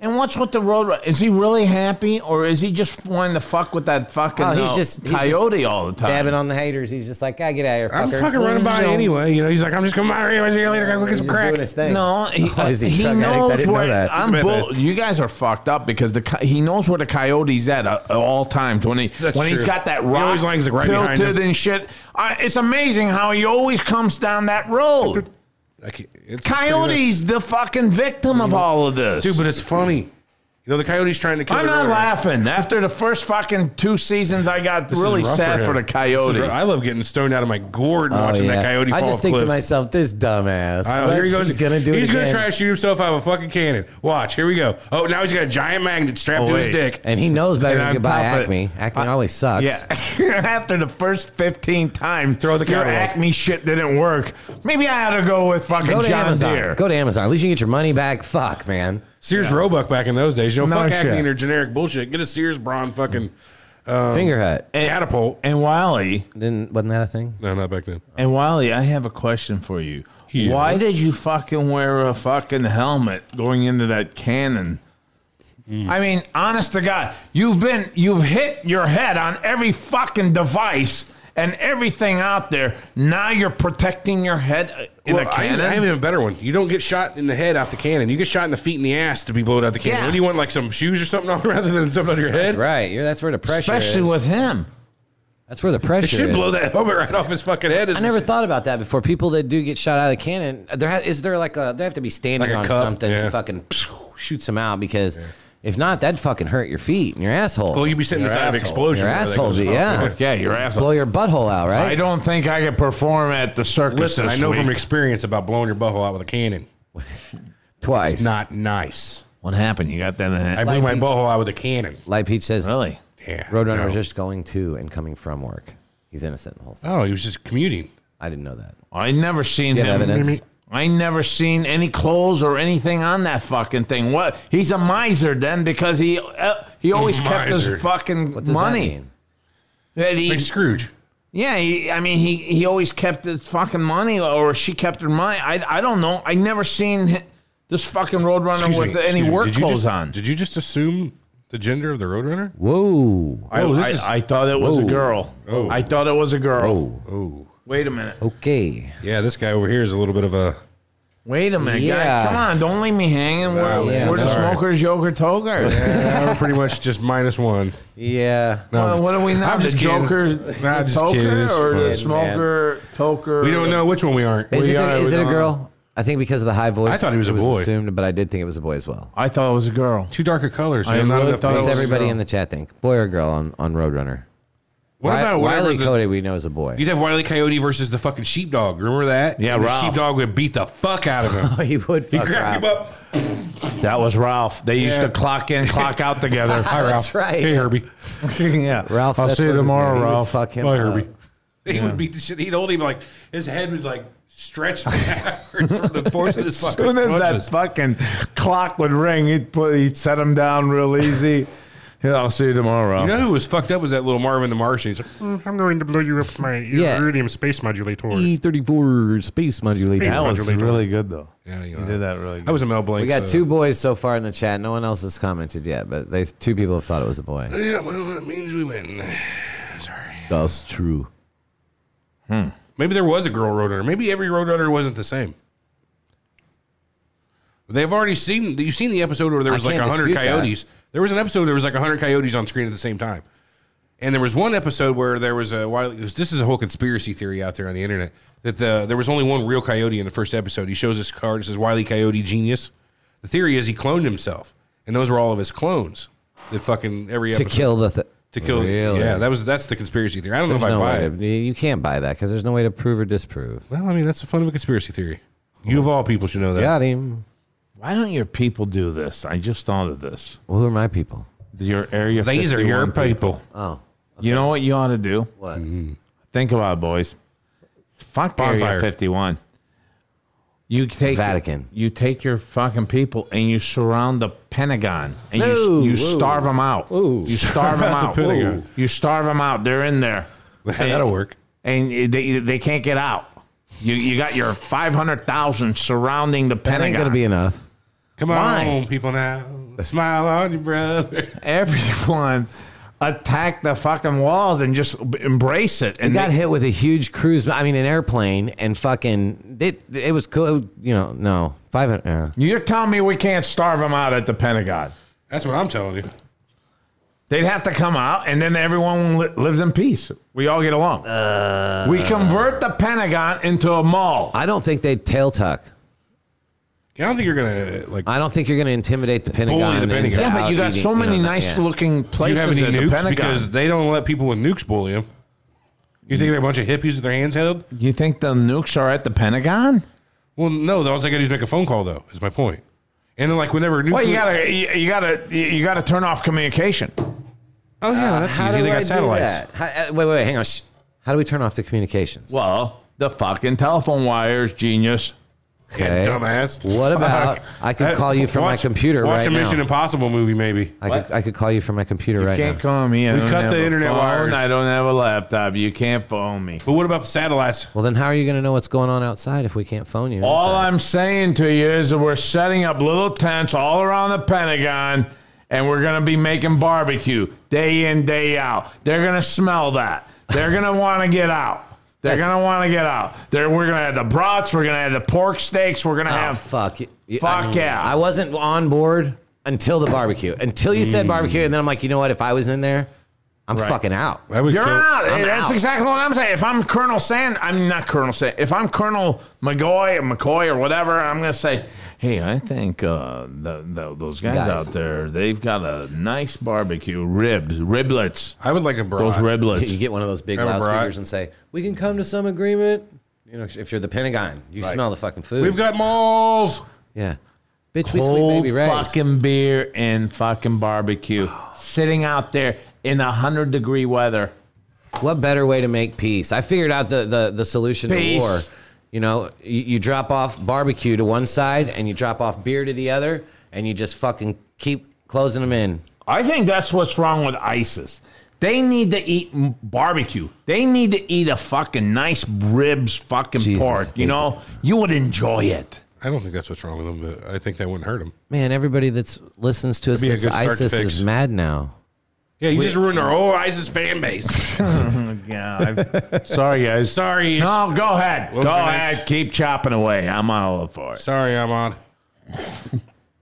[SPEAKER 2] And what's with the road? Is he really happy, or is he just wanting to fuck with that fucking
[SPEAKER 4] Oh,
[SPEAKER 2] uh,
[SPEAKER 4] he's just he's just
[SPEAKER 2] coyote all the time?
[SPEAKER 4] dabbing on the haters. He's just like, I get out of here,
[SPEAKER 3] I'm
[SPEAKER 4] fucker."
[SPEAKER 3] fucking running by
[SPEAKER 4] So-
[SPEAKER 3] anyway. You know, he's like, I'm just coming by anyway. See you later. I gotta go get
[SPEAKER 4] He's
[SPEAKER 3] some
[SPEAKER 4] just
[SPEAKER 3] crack.
[SPEAKER 4] doing his thing.
[SPEAKER 2] No, he,
[SPEAKER 4] Oh, is he a
[SPEAKER 2] he
[SPEAKER 4] drug addict? I
[SPEAKER 2] knows
[SPEAKER 4] didn't know
[SPEAKER 2] where.
[SPEAKER 4] that.
[SPEAKER 2] I'm
[SPEAKER 3] He's
[SPEAKER 2] bull,
[SPEAKER 3] mad
[SPEAKER 2] you guys are fucked up because the co- he knows where the coyote's at uh, at at all times. When he
[SPEAKER 3] That's
[SPEAKER 2] when he's
[SPEAKER 3] true.
[SPEAKER 2] got that
[SPEAKER 3] He
[SPEAKER 2] rock
[SPEAKER 3] always lands, like, right behind
[SPEAKER 2] tilted
[SPEAKER 3] him.
[SPEAKER 2] and shit. Uh, it's amazing how he always comes down that road.
[SPEAKER 3] I can't- it's pretty
[SPEAKER 2] Coyote's the fucking victim of all of this.
[SPEAKER 3] nuts. dude. But it's funny. You know, the coyote's trying to kill.
[SPEAKER 2] I'm
[SPEAKER 3] the
[SPEAKER 2] not
[SPEAKER 3] roadrunner.
[SPEAKER 2] laughing. After the first fucking two seasons, I got
[SPEAKER 3] This is
[SPEAKER 2] really
[SPEAKER 3] rough
[SPEAKER 2] sad
[SPEAKER 3] him.
[SPEAKER 2] for the
[SPEAKER 3] This is
[SPEAKER 2] coyote.
[SPEAKER 3] rough. I love getting stoned out of my gourd and
[SPEAKER 4] Oh,
[SPEAKER 3] watching
[SPEAKER 4] yeah.
[SPEAKER 3] that coyote fall
[SPEAKER 4] I just
[SPEAKER 3] off
[SPEAKER 4] think to
[SPEAKER 3] cliffs.
[SPEAKER 4] myself, this dumbass.
[SPEAKER 3] I know,
[SPEAKER 4] What?
[SPEAKER 3] here he goes.
[SPEAKER 4] He's gonna do
[SPEAKER 3] He's
[SPEAKER 4] it
[SPEAKER 3] gonna
[SPEAKER 4] again.
[SPEAKER 3] try to shoot himself out of a fucking cannon. Watch. Here we go. Oh, now he's got a giant magnet strapped
[SPEAKER 2] Oh,
[SPEAKER 3] to
[SPEAKER 2] wait.
[SPEAKER 3] his dick.
[SPEAKER 4] and he knows better
[SPEAKER 2] And
[SPEAKER 4] than
[SPEAKER 2] on
[SPEAKER 4] to buy
[SPEAKER 2] top of it-
[SPEAKER 4] Acme. Acme always sucks.
[SPEAKER 2] Yeah. After the first 15 times,
[SPEAKER 3] Throw the
[SPEAKER 2] your
[SPEAKER 3] catalog.
[SPEAKER 2] Acme shit didn't work. Maybe I ought to go with fucking
[SPEAKER 4] Go to
[SPEAKER 2] John
[SPEAKER 4] Amazon.
[SPEAKER 2] Deere.
[SPEAKER 4] Go to Amazon. At least you can get your money back. Fuck, man.
[SPEAKER 3] Sears Roebuck back in those days. You know,
[SPEAKER 2] No
[SPEAKER 3] fuck
[SPEAKER 2] shit.
[SPEAKER 3] acne and their generic bullshit. Get a Sears Braun fucking Um,
[SPEAKER 4] Finger hut.
[SPEAKER 3] catapult.
[SPEAKER 2] and Wiley,
[SPEAKER 4] Didn't wasn't that a thing?
[SPEAKER 3] No, not back then.
[SPEAKER 2] and Wiley, I have a question for you.
[SPEAKER 3] Yes.
[SPEAKER 2] Why did you fucking wear a fucking helmet going into that cannon?
[SPEAKER 3] Mm.
[SPEAKER 2] I mean, honest to God, you've been you've hit your head on every fucking device and everything out there. Now you're protecting your head uh, in
[SPEAKER 3] well,
[SPEAKER 2] a
[SPEAKER 3] I,
[SPEAKER 2] cannon.
[SPEAKER 3] I have even a better one. You don't get shot in the head off the cannon. You get shot in the feet and the ass to be blown out the cannon.
[SPEAKER 2] Yeah.
[SPEAKER 3] What do you want, like some shoes or something on rather than something on your head?
[SPEAKER 4] Right. You're, that's where the pressure
[SPEAKER 2] Especially
[SPEAKER 4] is.
[SPEAKER 2] with him.
[SPEAKER 4] that's where the
[SPEAKER 3] It
[SPEAKER 4] pressure
[SPEAKER 3] should
[SPEAKER 4] is.
[SPEAKER 3] blow that helmet right off his fucking head.
[SPEAKER 4] I never thought about that before. People that do get shot out of the cannon, there ha- is there like a they have to be standing
[SPEAKER 3] Like a
[SPEAKER 4] on
[SPEAKER 3] cup,
[SPEAKER 4] something
[SPEAKER 3] yeah.
[SPEAKER 4] and fucking shoots them out because if not, that'd fucking hurt your feet and your asshole.
[SPEAKER 3] Well, you'd be sitting
[SPEAKER 2] Your
[SPEAKER 3] beside an
[SPEAKER 2] asshole.
[SPEAKER 3] explosion.
[SPEAKER 4] your
[SPEAKER 3] where that
[SPEAKER 4] asshole,
[SPEAKER 3] goes
[SPEAKER 4] dude,
[SPEAKER 3] off.
[SPEAKER 2] Yeah,
[SPEAKER 4] yeah.
[SPEAKER 2] your asshole.
[SPEAKER 4] Blow your butthole out, right?
[SPEAKER 2] I don't think I could perform at the circus.
[SPEAKER 3] Listen,
[SPEAKER 2] this
[SPEAKER 3] I know
[SPEAKER 2] week.
[SPEAKER 3] from experience about blowing your butthole out with a cannon.
[SPEAKER 4] Twice.
[SPEAKER 3] It's not nice.
[SPEAKER 2] what happened. You got that in the
[SPEAKER 3] I
[SPEAKER 2] head.
[SPEAKER 3] blew my
[SPEAKER 4] Like-
[SPEAKER 3] butthole out with a cannon.
[SPEAKER 4] Light Peach says
[SPEAKER 2] Really?
[SPEAKER 3] Yeah.
[SPEAKER 4] Roadrunner
[SPEAKER 3] no.
[SPEAKER 4] was just going to and coming from work. He's innocent the whole time.
[SPEAKER 3] Oh, he was just commuting.
[SPEAKER 4] I didn't know that.
[SPEAKER 2] I never seen
[SPEAKER 4] You have
[SPEAKER 2] him.
[SPEAKER 4] evidence?
[SPEAKER 2] I never seen any clothes or anything on that fucking thing. What? He's a miser then because he uh, he always kept
[SPEAKER 3] Miser.
[SPEAKER 2] his fucking
[SPEAKER 4] What does
[SPEAKER 2] money.
[SPEAKER 4] that mean?
[SPEAKER 2] That he-
[SPEAKER 3] Like Scrooge.
[SPEAKER 2] yeah, he, I mean he he always kept his fucking money or she kept her money. I I don't know. I never seen hi- this fucking roadrunner
[SPEAKER 3] Excuse me,
[SPEAKER 2] with
[SPEAKER 3] excuse
[SPEAKER 2] any
[SPEAKER 3] me.
[SPEAKER 2] work
[SPEAKER 3] Did you
[SPEAKER 2] clothes
[SPEAKER 3] just-
[SPEAKER 2] on.
[SPEAKER 3] Did you just assume the gender of the Roadrunner?
[SPEAKER 4] Whoa.
[SPEAKER 2] I,
[SPEAKER 3] Oh, this
[SPEAKER 2] I,
[SPEAKER 3] is-
[SPEAKER 2] I thought it was a
[SPEAKER 4] Whoa.
[SPEAKER 2] girl.
[SPEAKER 3] Oh.
[SPEAKER 2] I thought it was a girl.
[SPEAKER 4] Oh,
[SPEAKER 3] Oh.
[SPEAKER 2] Wait a minute.
[SPEAKER 4] okay.
[SPEAKER 3] Yeah, this guy over here is a little bit of a.
[SPEAKER 2] Wait a minute, guys.
[SPEAKER 4] Yeah.
[SPEAKER 2] Come on, don't leave me hanging. We're,
[SPEAKER 3] Wow,
[SPEAKER 4] yeah,
[SPEAKER 2] we're the
[SPEAKER 3] sorry.
[SPEAKER 2] smokers, Joker, Toker.
[SPEAKER 3] Yeah, we're pretty much just minus one.
[SPEAKER 4] Yeah.
[SPEAKER 2] Well, what are we now?
[SPEAKER 3] I'm
[SPEAKER 2] the
[SPEAKER 3] just kidding.
[SPEAKER 2] Joker,
[SPEAKER 3] Nah, I'm just
[SPEAKER 2] Toker,
[SPEAKER 3] kidding. It's
[SPEAKER 2] or
[SPEAKER 3] fun.
[SPEAKER 2] the smoker, Toker?
[SPEAKER 3] We don't know which one we aren't.
[SPEAKER 4] Is,
[SPEAKER 2] We
[SPEAKER 4] it, a,
[SPEAKER 2] are-
[SPEAKER 4] is
[SPEAKER 2] we
[SPEAKER 4] it a
[SPEAKER 2] are.
[SPEAKER 4] girl? I think because of the high voice.
[SPEAKER 3] I thought he was
[SPEAKER 4] it
[SPEAKER 3] a boy.
[SPEAKER 4] assumed, but I did think it was a boy as well.
[SPEAKER 2] I thought it was a girl.
[SPEAKER 3] Too dark of colors.
[SPEAKER 2] I
[SPEAKER 3] man, not
[SPEAKER 2] really
[SPEAKER 3] enough
[SPEAKER 2] thought it
[SPEAKER 4] What does
[SPEAKER 2] was-
[SPEAKER 3] pixels.
[SPEAKER 4] everybody
[SPEAKER 2] girl.
[SPEAKER 4] in the chat think? Boy or girl on, on Roadrunner?
[SPEAKER 3] What
[SPEAKER 4] Wi-
[SPEAKER 3] about whatever
[SPEAKER 4] Wiley
[SPEAKER 3] the-
[SPEAKER 4] Cody we know is a boy.
[SPEAKER 3] You'd have Wiley Coyote versus the fucking sheepdog. Remember that?
[SPEAKER 2] Yeah,
[SPEAKER 3] and the
[SPEAKER 2] Ralph.
[SPEAKER 3] sheepdog would beat the fuck out of him.
[SPEAKER 4] he would
[SPEAKER 3] He
[SPEAKER 4] Oh, fuck
[SPEAKER 3] grabbed him
[SPEAKER 4] Rob.
[SPEAKER 3] up.
[SPEAKER 2] That was Ralph. They used
[SPEAKER 3] Yeah.
[SPEAKER 2] to clock in, clock out together.
[SPEAKER 3] Hi, Ralph.
[SPEAKER 4] That's right.
[SPEAKER 3] Hey, Herbie.
[SPEAKER 2] yeah,
[SPEAKER 4] Ralph,
[SPEAKER 2] I'll
[SPEAKER 4] that's
[SPEAKER 2] see you
[SPEAKER 4] what his name-
[SPEAKER 2] tomorrow,
[SPEAKER 4] he would
[SPEAKER 2] Ralph.
[SPEAKER 4] Fuck him.
[SPEAKER 3] Bye,
[SPEAKER 4] up.
[SPEAKER 3] Herbie. He would beat the shit. He'd hold him like his head was like stretched backward from the force of his
[SPEAKER 2] As
[SPEAKER 3] fucking
[SPEAKER 2] soon as that
[SPEAKER 3] punches.
[SPEAKER 2] fucking clock would ring, he'd put, he'd set him down real easy. Yeah, I'll see you tomorrow, Ralph.
[SPEAKER 3] You know who was fucked up was that little Marvin the Martian. He's like,
[SPEAKER 5] Mm, I'm going to blow you up with my
[SPEAKER 4] Yeah.
[SPEAKER 5] iridium space modulator.
[SPEAKER 4] E34 space modulator.
[SPEAKER 2] that was
[SPEAKER 5] Modulator.
[SPEAKER 2] really good though.
[SPEAKER 3] yeah, you
[SPEAKER 2] He
[SPEAKER 3] know.
[SPEAKER 2] did that really
[SPEAKER 3] I
[SPEAKER 2] good.
[SPEAKER 3] was a Mel Blanc.
[SPEAKER 4] We got
[SPEAKER 2] uh,
[SPEAKER 4] two boys so far in the chat. No one else has commented yet, but they two people have thought it was a boy.
[SPEAKER 3] Yeah, well, it means we win. Sorry.
[SPEAKER 4] That's true.
[SPEAKER 3] Maybe there was a girl roadrunner. Maybe every roadrunner wasn't the same. They've already seen. You've seen the episode where there
[SPEAKER 4] I
[SPEAKER 3] was like
[SPEAKER 4] can't
[SPEAKER 3] hundred
[SPEAKER 4] dispute that.
[SPEAKER 3] coyotes. There was an episode there was like hundred coyotes on screen at the same time, and there was one episode where there was a. While, this is a whole conspiracy theory out there on the internet that the there was only one real coyote in the first episode. He shows this card. It says Wiley Coyote Genius. The theory is he cloned himself, and those were all of his clones. That fucking every
[SPEAKER 4] To
[SPEAKER 3] episode
[SPEAKER 4] kill the th-
[SPEAKER 3] to kill.
[SPEAKER 4] Really?
[SPEAKER 3] Yeah, that was that's the conspiracy theory. I don't
[SPEAKER 4] There's
[SPEAKER 3] know if
[SPEAKER 4] no
[SPEAKER 3] I buy
[SPEAKER 4] way
[SPEAKER 3] it.
[SPEAKER 4] to- you can't buy that because there's no way to prove or disprove.
[SPEAKER 3] Well, I mean, that's the fun of a conspiracy theory. You of all people should know that.
[SPEAKER 4] Got him.
[SPEAKER 2] Why don't your people do this? I just thought of this.
[SPEAKER 4] Well, who are my people?
[SPEAKER 2] Your area.
[SPEAKER 3] These are your
[SPEAKER 2] 51 people.
[SPEAKER 3] people.
[SPEAKER 4] Oh,
[SPEAKER 2] You know what you ought to do?
[SPEAKER 4] what?
[SPEAKER 2] Think about it, boys. Fuck Area
[SPEAKER 3] Bonfire.
[SPEAKER 2] 51. You take
[SPEAKER 4] Vatican.
[SPEAKER 2] You take your fucking people and you surround the Pentagon and
[SPEAKER 4] No,
[SPEAKER 2] you you
[SPEAKER 4] whoa.
[SPEAKER 2] starve them out.
[SPEAKER 4] Ooh.
[SPEAKER 2] You starve them
[SPEAKER 3] About the
[SPEAKER 2] out.
[SPEAKER 3] Pentagon.
[SPEAKER 2] Ooh. You starve them out. They're in there
[SPEAKER 3] That'll work.
[SPEAKER 2] and they they can't get out. You you got your 500,000 surrounding the
[SPEAKER 4] That
[SPEAKER 2] Pentagon.
[SPEAKER 4] ain't gonna be enough.
[SPEAKER 3] Come
[SPEAKER 2] Why?
[SPEAKER 3] on, people now. Smile on your brother.
[SPEAKER 2] Everyone attack the fucking walls and just embrace it.
[SPEAKER 4] He
[SPEAKER 2] And
[SPEAKER 4] got
[SPEAKER 2] they-
[SPEAKER 4] hit with a huge cruise. I mean, an airplane and fucking. It, it was cool. It, you know, no five hundred. Uh,
[SPEAKER 2] you're telling me we can't starve them out at the Pentagon.
[SPEAKER 3] That's what I'm telling you.
[SPEAKER 2] They'd have to come out, and then everyone li- lives in peace. We all get along. we convert the Pentagon into a mall.
[SPEAKER 4] I don't think they tail tuck.
[SPEAKER 3] I don't think you're gonna like.
[SPEAKER 4] I don't think you're gonna intimidate the Pentagon.
[SPEAKER 3] the Pentagon.
[SPEAKER 4] into
[SPEAKER 2] yeah, but you got
[SPEAKER 4] out-eating,
[SPEAKER 2] so many
[SPEAKER 4] you know,
[SPEAKER 2] nice
[SPEAKER 4] yeah.
[SPEAKER 2] looking
[SPEAKER 3] Do you
[SPEAKER 2] places
[SPEAKER 3] have any
[SPEAKER 2] at the
[SPEAKER 3] nukes
[SPEAKER 2] Pentagon.
[SPEAKER 3] because they don't let people with nukes bully them. You think they're a bunch of hippies with their hands held?
[SPEAKER 2] you think the nukes are at the Pentagon?
[SPEAKER 3] Well, no. All I got to do is make a phone call, though. Is my point. And then, like, whenever a nuclear,
[SPEAKER 2] Well, you gotta, you, you gotta, you- you gotta turn off communication.
[SPEAKER 3] oh yeah, that's
[SPEAKER 4] How
[SPEAKER 3] easy.
[SPEAKER 4] do
[SPEAKER 3] They
[SPEAKER 4] I
[SPEAKER 3] got
[SPEAKER 4] do
[SPEAKER 3] satellites.
[SPEAKER 4] that? How- uh, wait, wait, wait, hang on. Shh. How do we turn off the communications?
[SPEAKER 2] Well, the fucking telephone wires, genius.
[SPEAKER 4] okay.
[SPEAKER 3] Dumbass.
[SPEAKER 4] What about- I could
[SPEAKER 3] That-
[SPEAKER 4] call you from my
[SPEAKER 3] watch-
[SPEAKER 4] computer
[SPEAKER 3] Watch
[SPEAKER 4] right
[SPEAKER 3] a Mission
[SPEAKER 4] now.
[SPEAKER 3] Impossible movie, maybe.
[SPEAKER 4] I could, I could call you from my computer right
[SPEAKER 2] Can't
[SPEAKER 4] now.
[SPEAKER 2] call me. I
[SPEAKER 3] We
[SPEAKER 2] don't
[SPEAKER 3] cut
[SPEAKER 2] have
[SPEAKER 3] the
[SPEAKER 2] a
[SPEAKER 3] internet
[SPEAKER 2] phone.
[SPEAKER 3] wires.
[SPEAKER 2] I don't have a laptop. You can't phone me.
[SPEAKER 3] But what about the satellites?
[SPEAKER 4] Well, then how are you going to know what's going on outside if we can't phone you?
[SPEAKER 2] All
[SPEAKER 4] inside?
[SPEAKER 2] I'm saying to you is that we're setting up little tents all around the Pentagon and we're going to be making barbecue day in, day out. They're going to smell that. They're going to want to get out. They're
[SPEAKER 4] That's-
[SPEAKER 2] going to want to get out. They're, we're going to have the brats. We're going to have the pork steaks. We're going to
[SPEAKER 4] Oh,
[SPEAKER 2] have.
[SPEAKER 4] fuck. You- you-
[SPEAKER 2] Fuck
[SPEAKER 4] I-
[SPEAKER 2] yeah.
[SPEAKER 4] I wasn't on board until the barbecue. Until you said barbecue, and then I'm like, you know what? If I was in there, I'm fucking out.
[SPEAKER 3] I would
[SPEAKER 2] You're
[SPEAKER 3] kill-
[SPEAKER 2] out.
[SPEAKER 4] I'm
[SPEAKER 2] That's
[SPEAKER 4] out.
[SPEAKER 2] exactly what I'm saying. If I'm Colonel Sand, I'm not Colonel Sand. If I'm Colonel McGoy or McCoy or whatever, I'm going to say, hey, I think uh, the, the, those guys,
[SPEAKER 4] Guys.
[SPEAKER 2] out there, they've got a nice barbecue, ribs, riblets.
[SPEAKER 3] I would like a bra.
[SPEAKER 2] Those riblets.
[SPEAKER 4] You get one of those big
[SPEAKER 3] Remember,
[SPEAKER 4] loudspeakers
[SPEAKER 3] right?
[SPEAKER 4] and say, we can come to some agreement. You know, if you're the Pentagon, you smell the fucking food.
[SPEAKER 3] We've got malls.
[SPEAKER 4] yeah. Bitch, we sleep
[SPEAKER 2] Cold
[SPEAKER 4] baby rags.
[SPEAKER 2] fucking beer and fucking barbecue, sitting out there in a hundred degree weather.
[SPEAKER 4] What better way to make peace? I figured out the the, the solution
[SPEAKER 2] Peace.
[SPEAKER 4] to war. You know, you, you drop off barbecue to one side and you drop off beer to the other, and you just fucking keep closing them in.
[SPEAKER 2] I think that's what's wrong with ISIS. They need to eat m- barbecue. They need to eat a fucking nice ribs, fucking
[SPEAKER 4] Jesus,
[SPEAKER 2] pork. You
[SPEAKER 4] they-
[SPEAKER 2] know, you would enjoy it.
[SPEAKER 3] I don't think that's what's wrong with them, but I think that wouldn't hurt them.
[SPEAKER 4] Man, everybody that's listens to us
[SPEAKER 3] That'd be a
[SPEAKER 4] that's
[SPEAKER 3] good start to
[SPEAKER 4] ISIS
[SPEAKER 3] fix.
[SPEAKER 4] is mad now.
[SPEAKER 3] Yeah, you just ruined our whole ISIS fan base.
[SPEAKER 2] Yeah. I- sorry, guys.
[SPEAKER 3] Sorry,
[SPEAKER 2] No, go ahead.
[SPEAKER 3] What
[SPEAKER 2] go
[SPEAKER 3] was your
[SPEAKER 2] ahead. Keep chopping away. I'm all for it.
[SPEAKER 3] sorry, I'm on.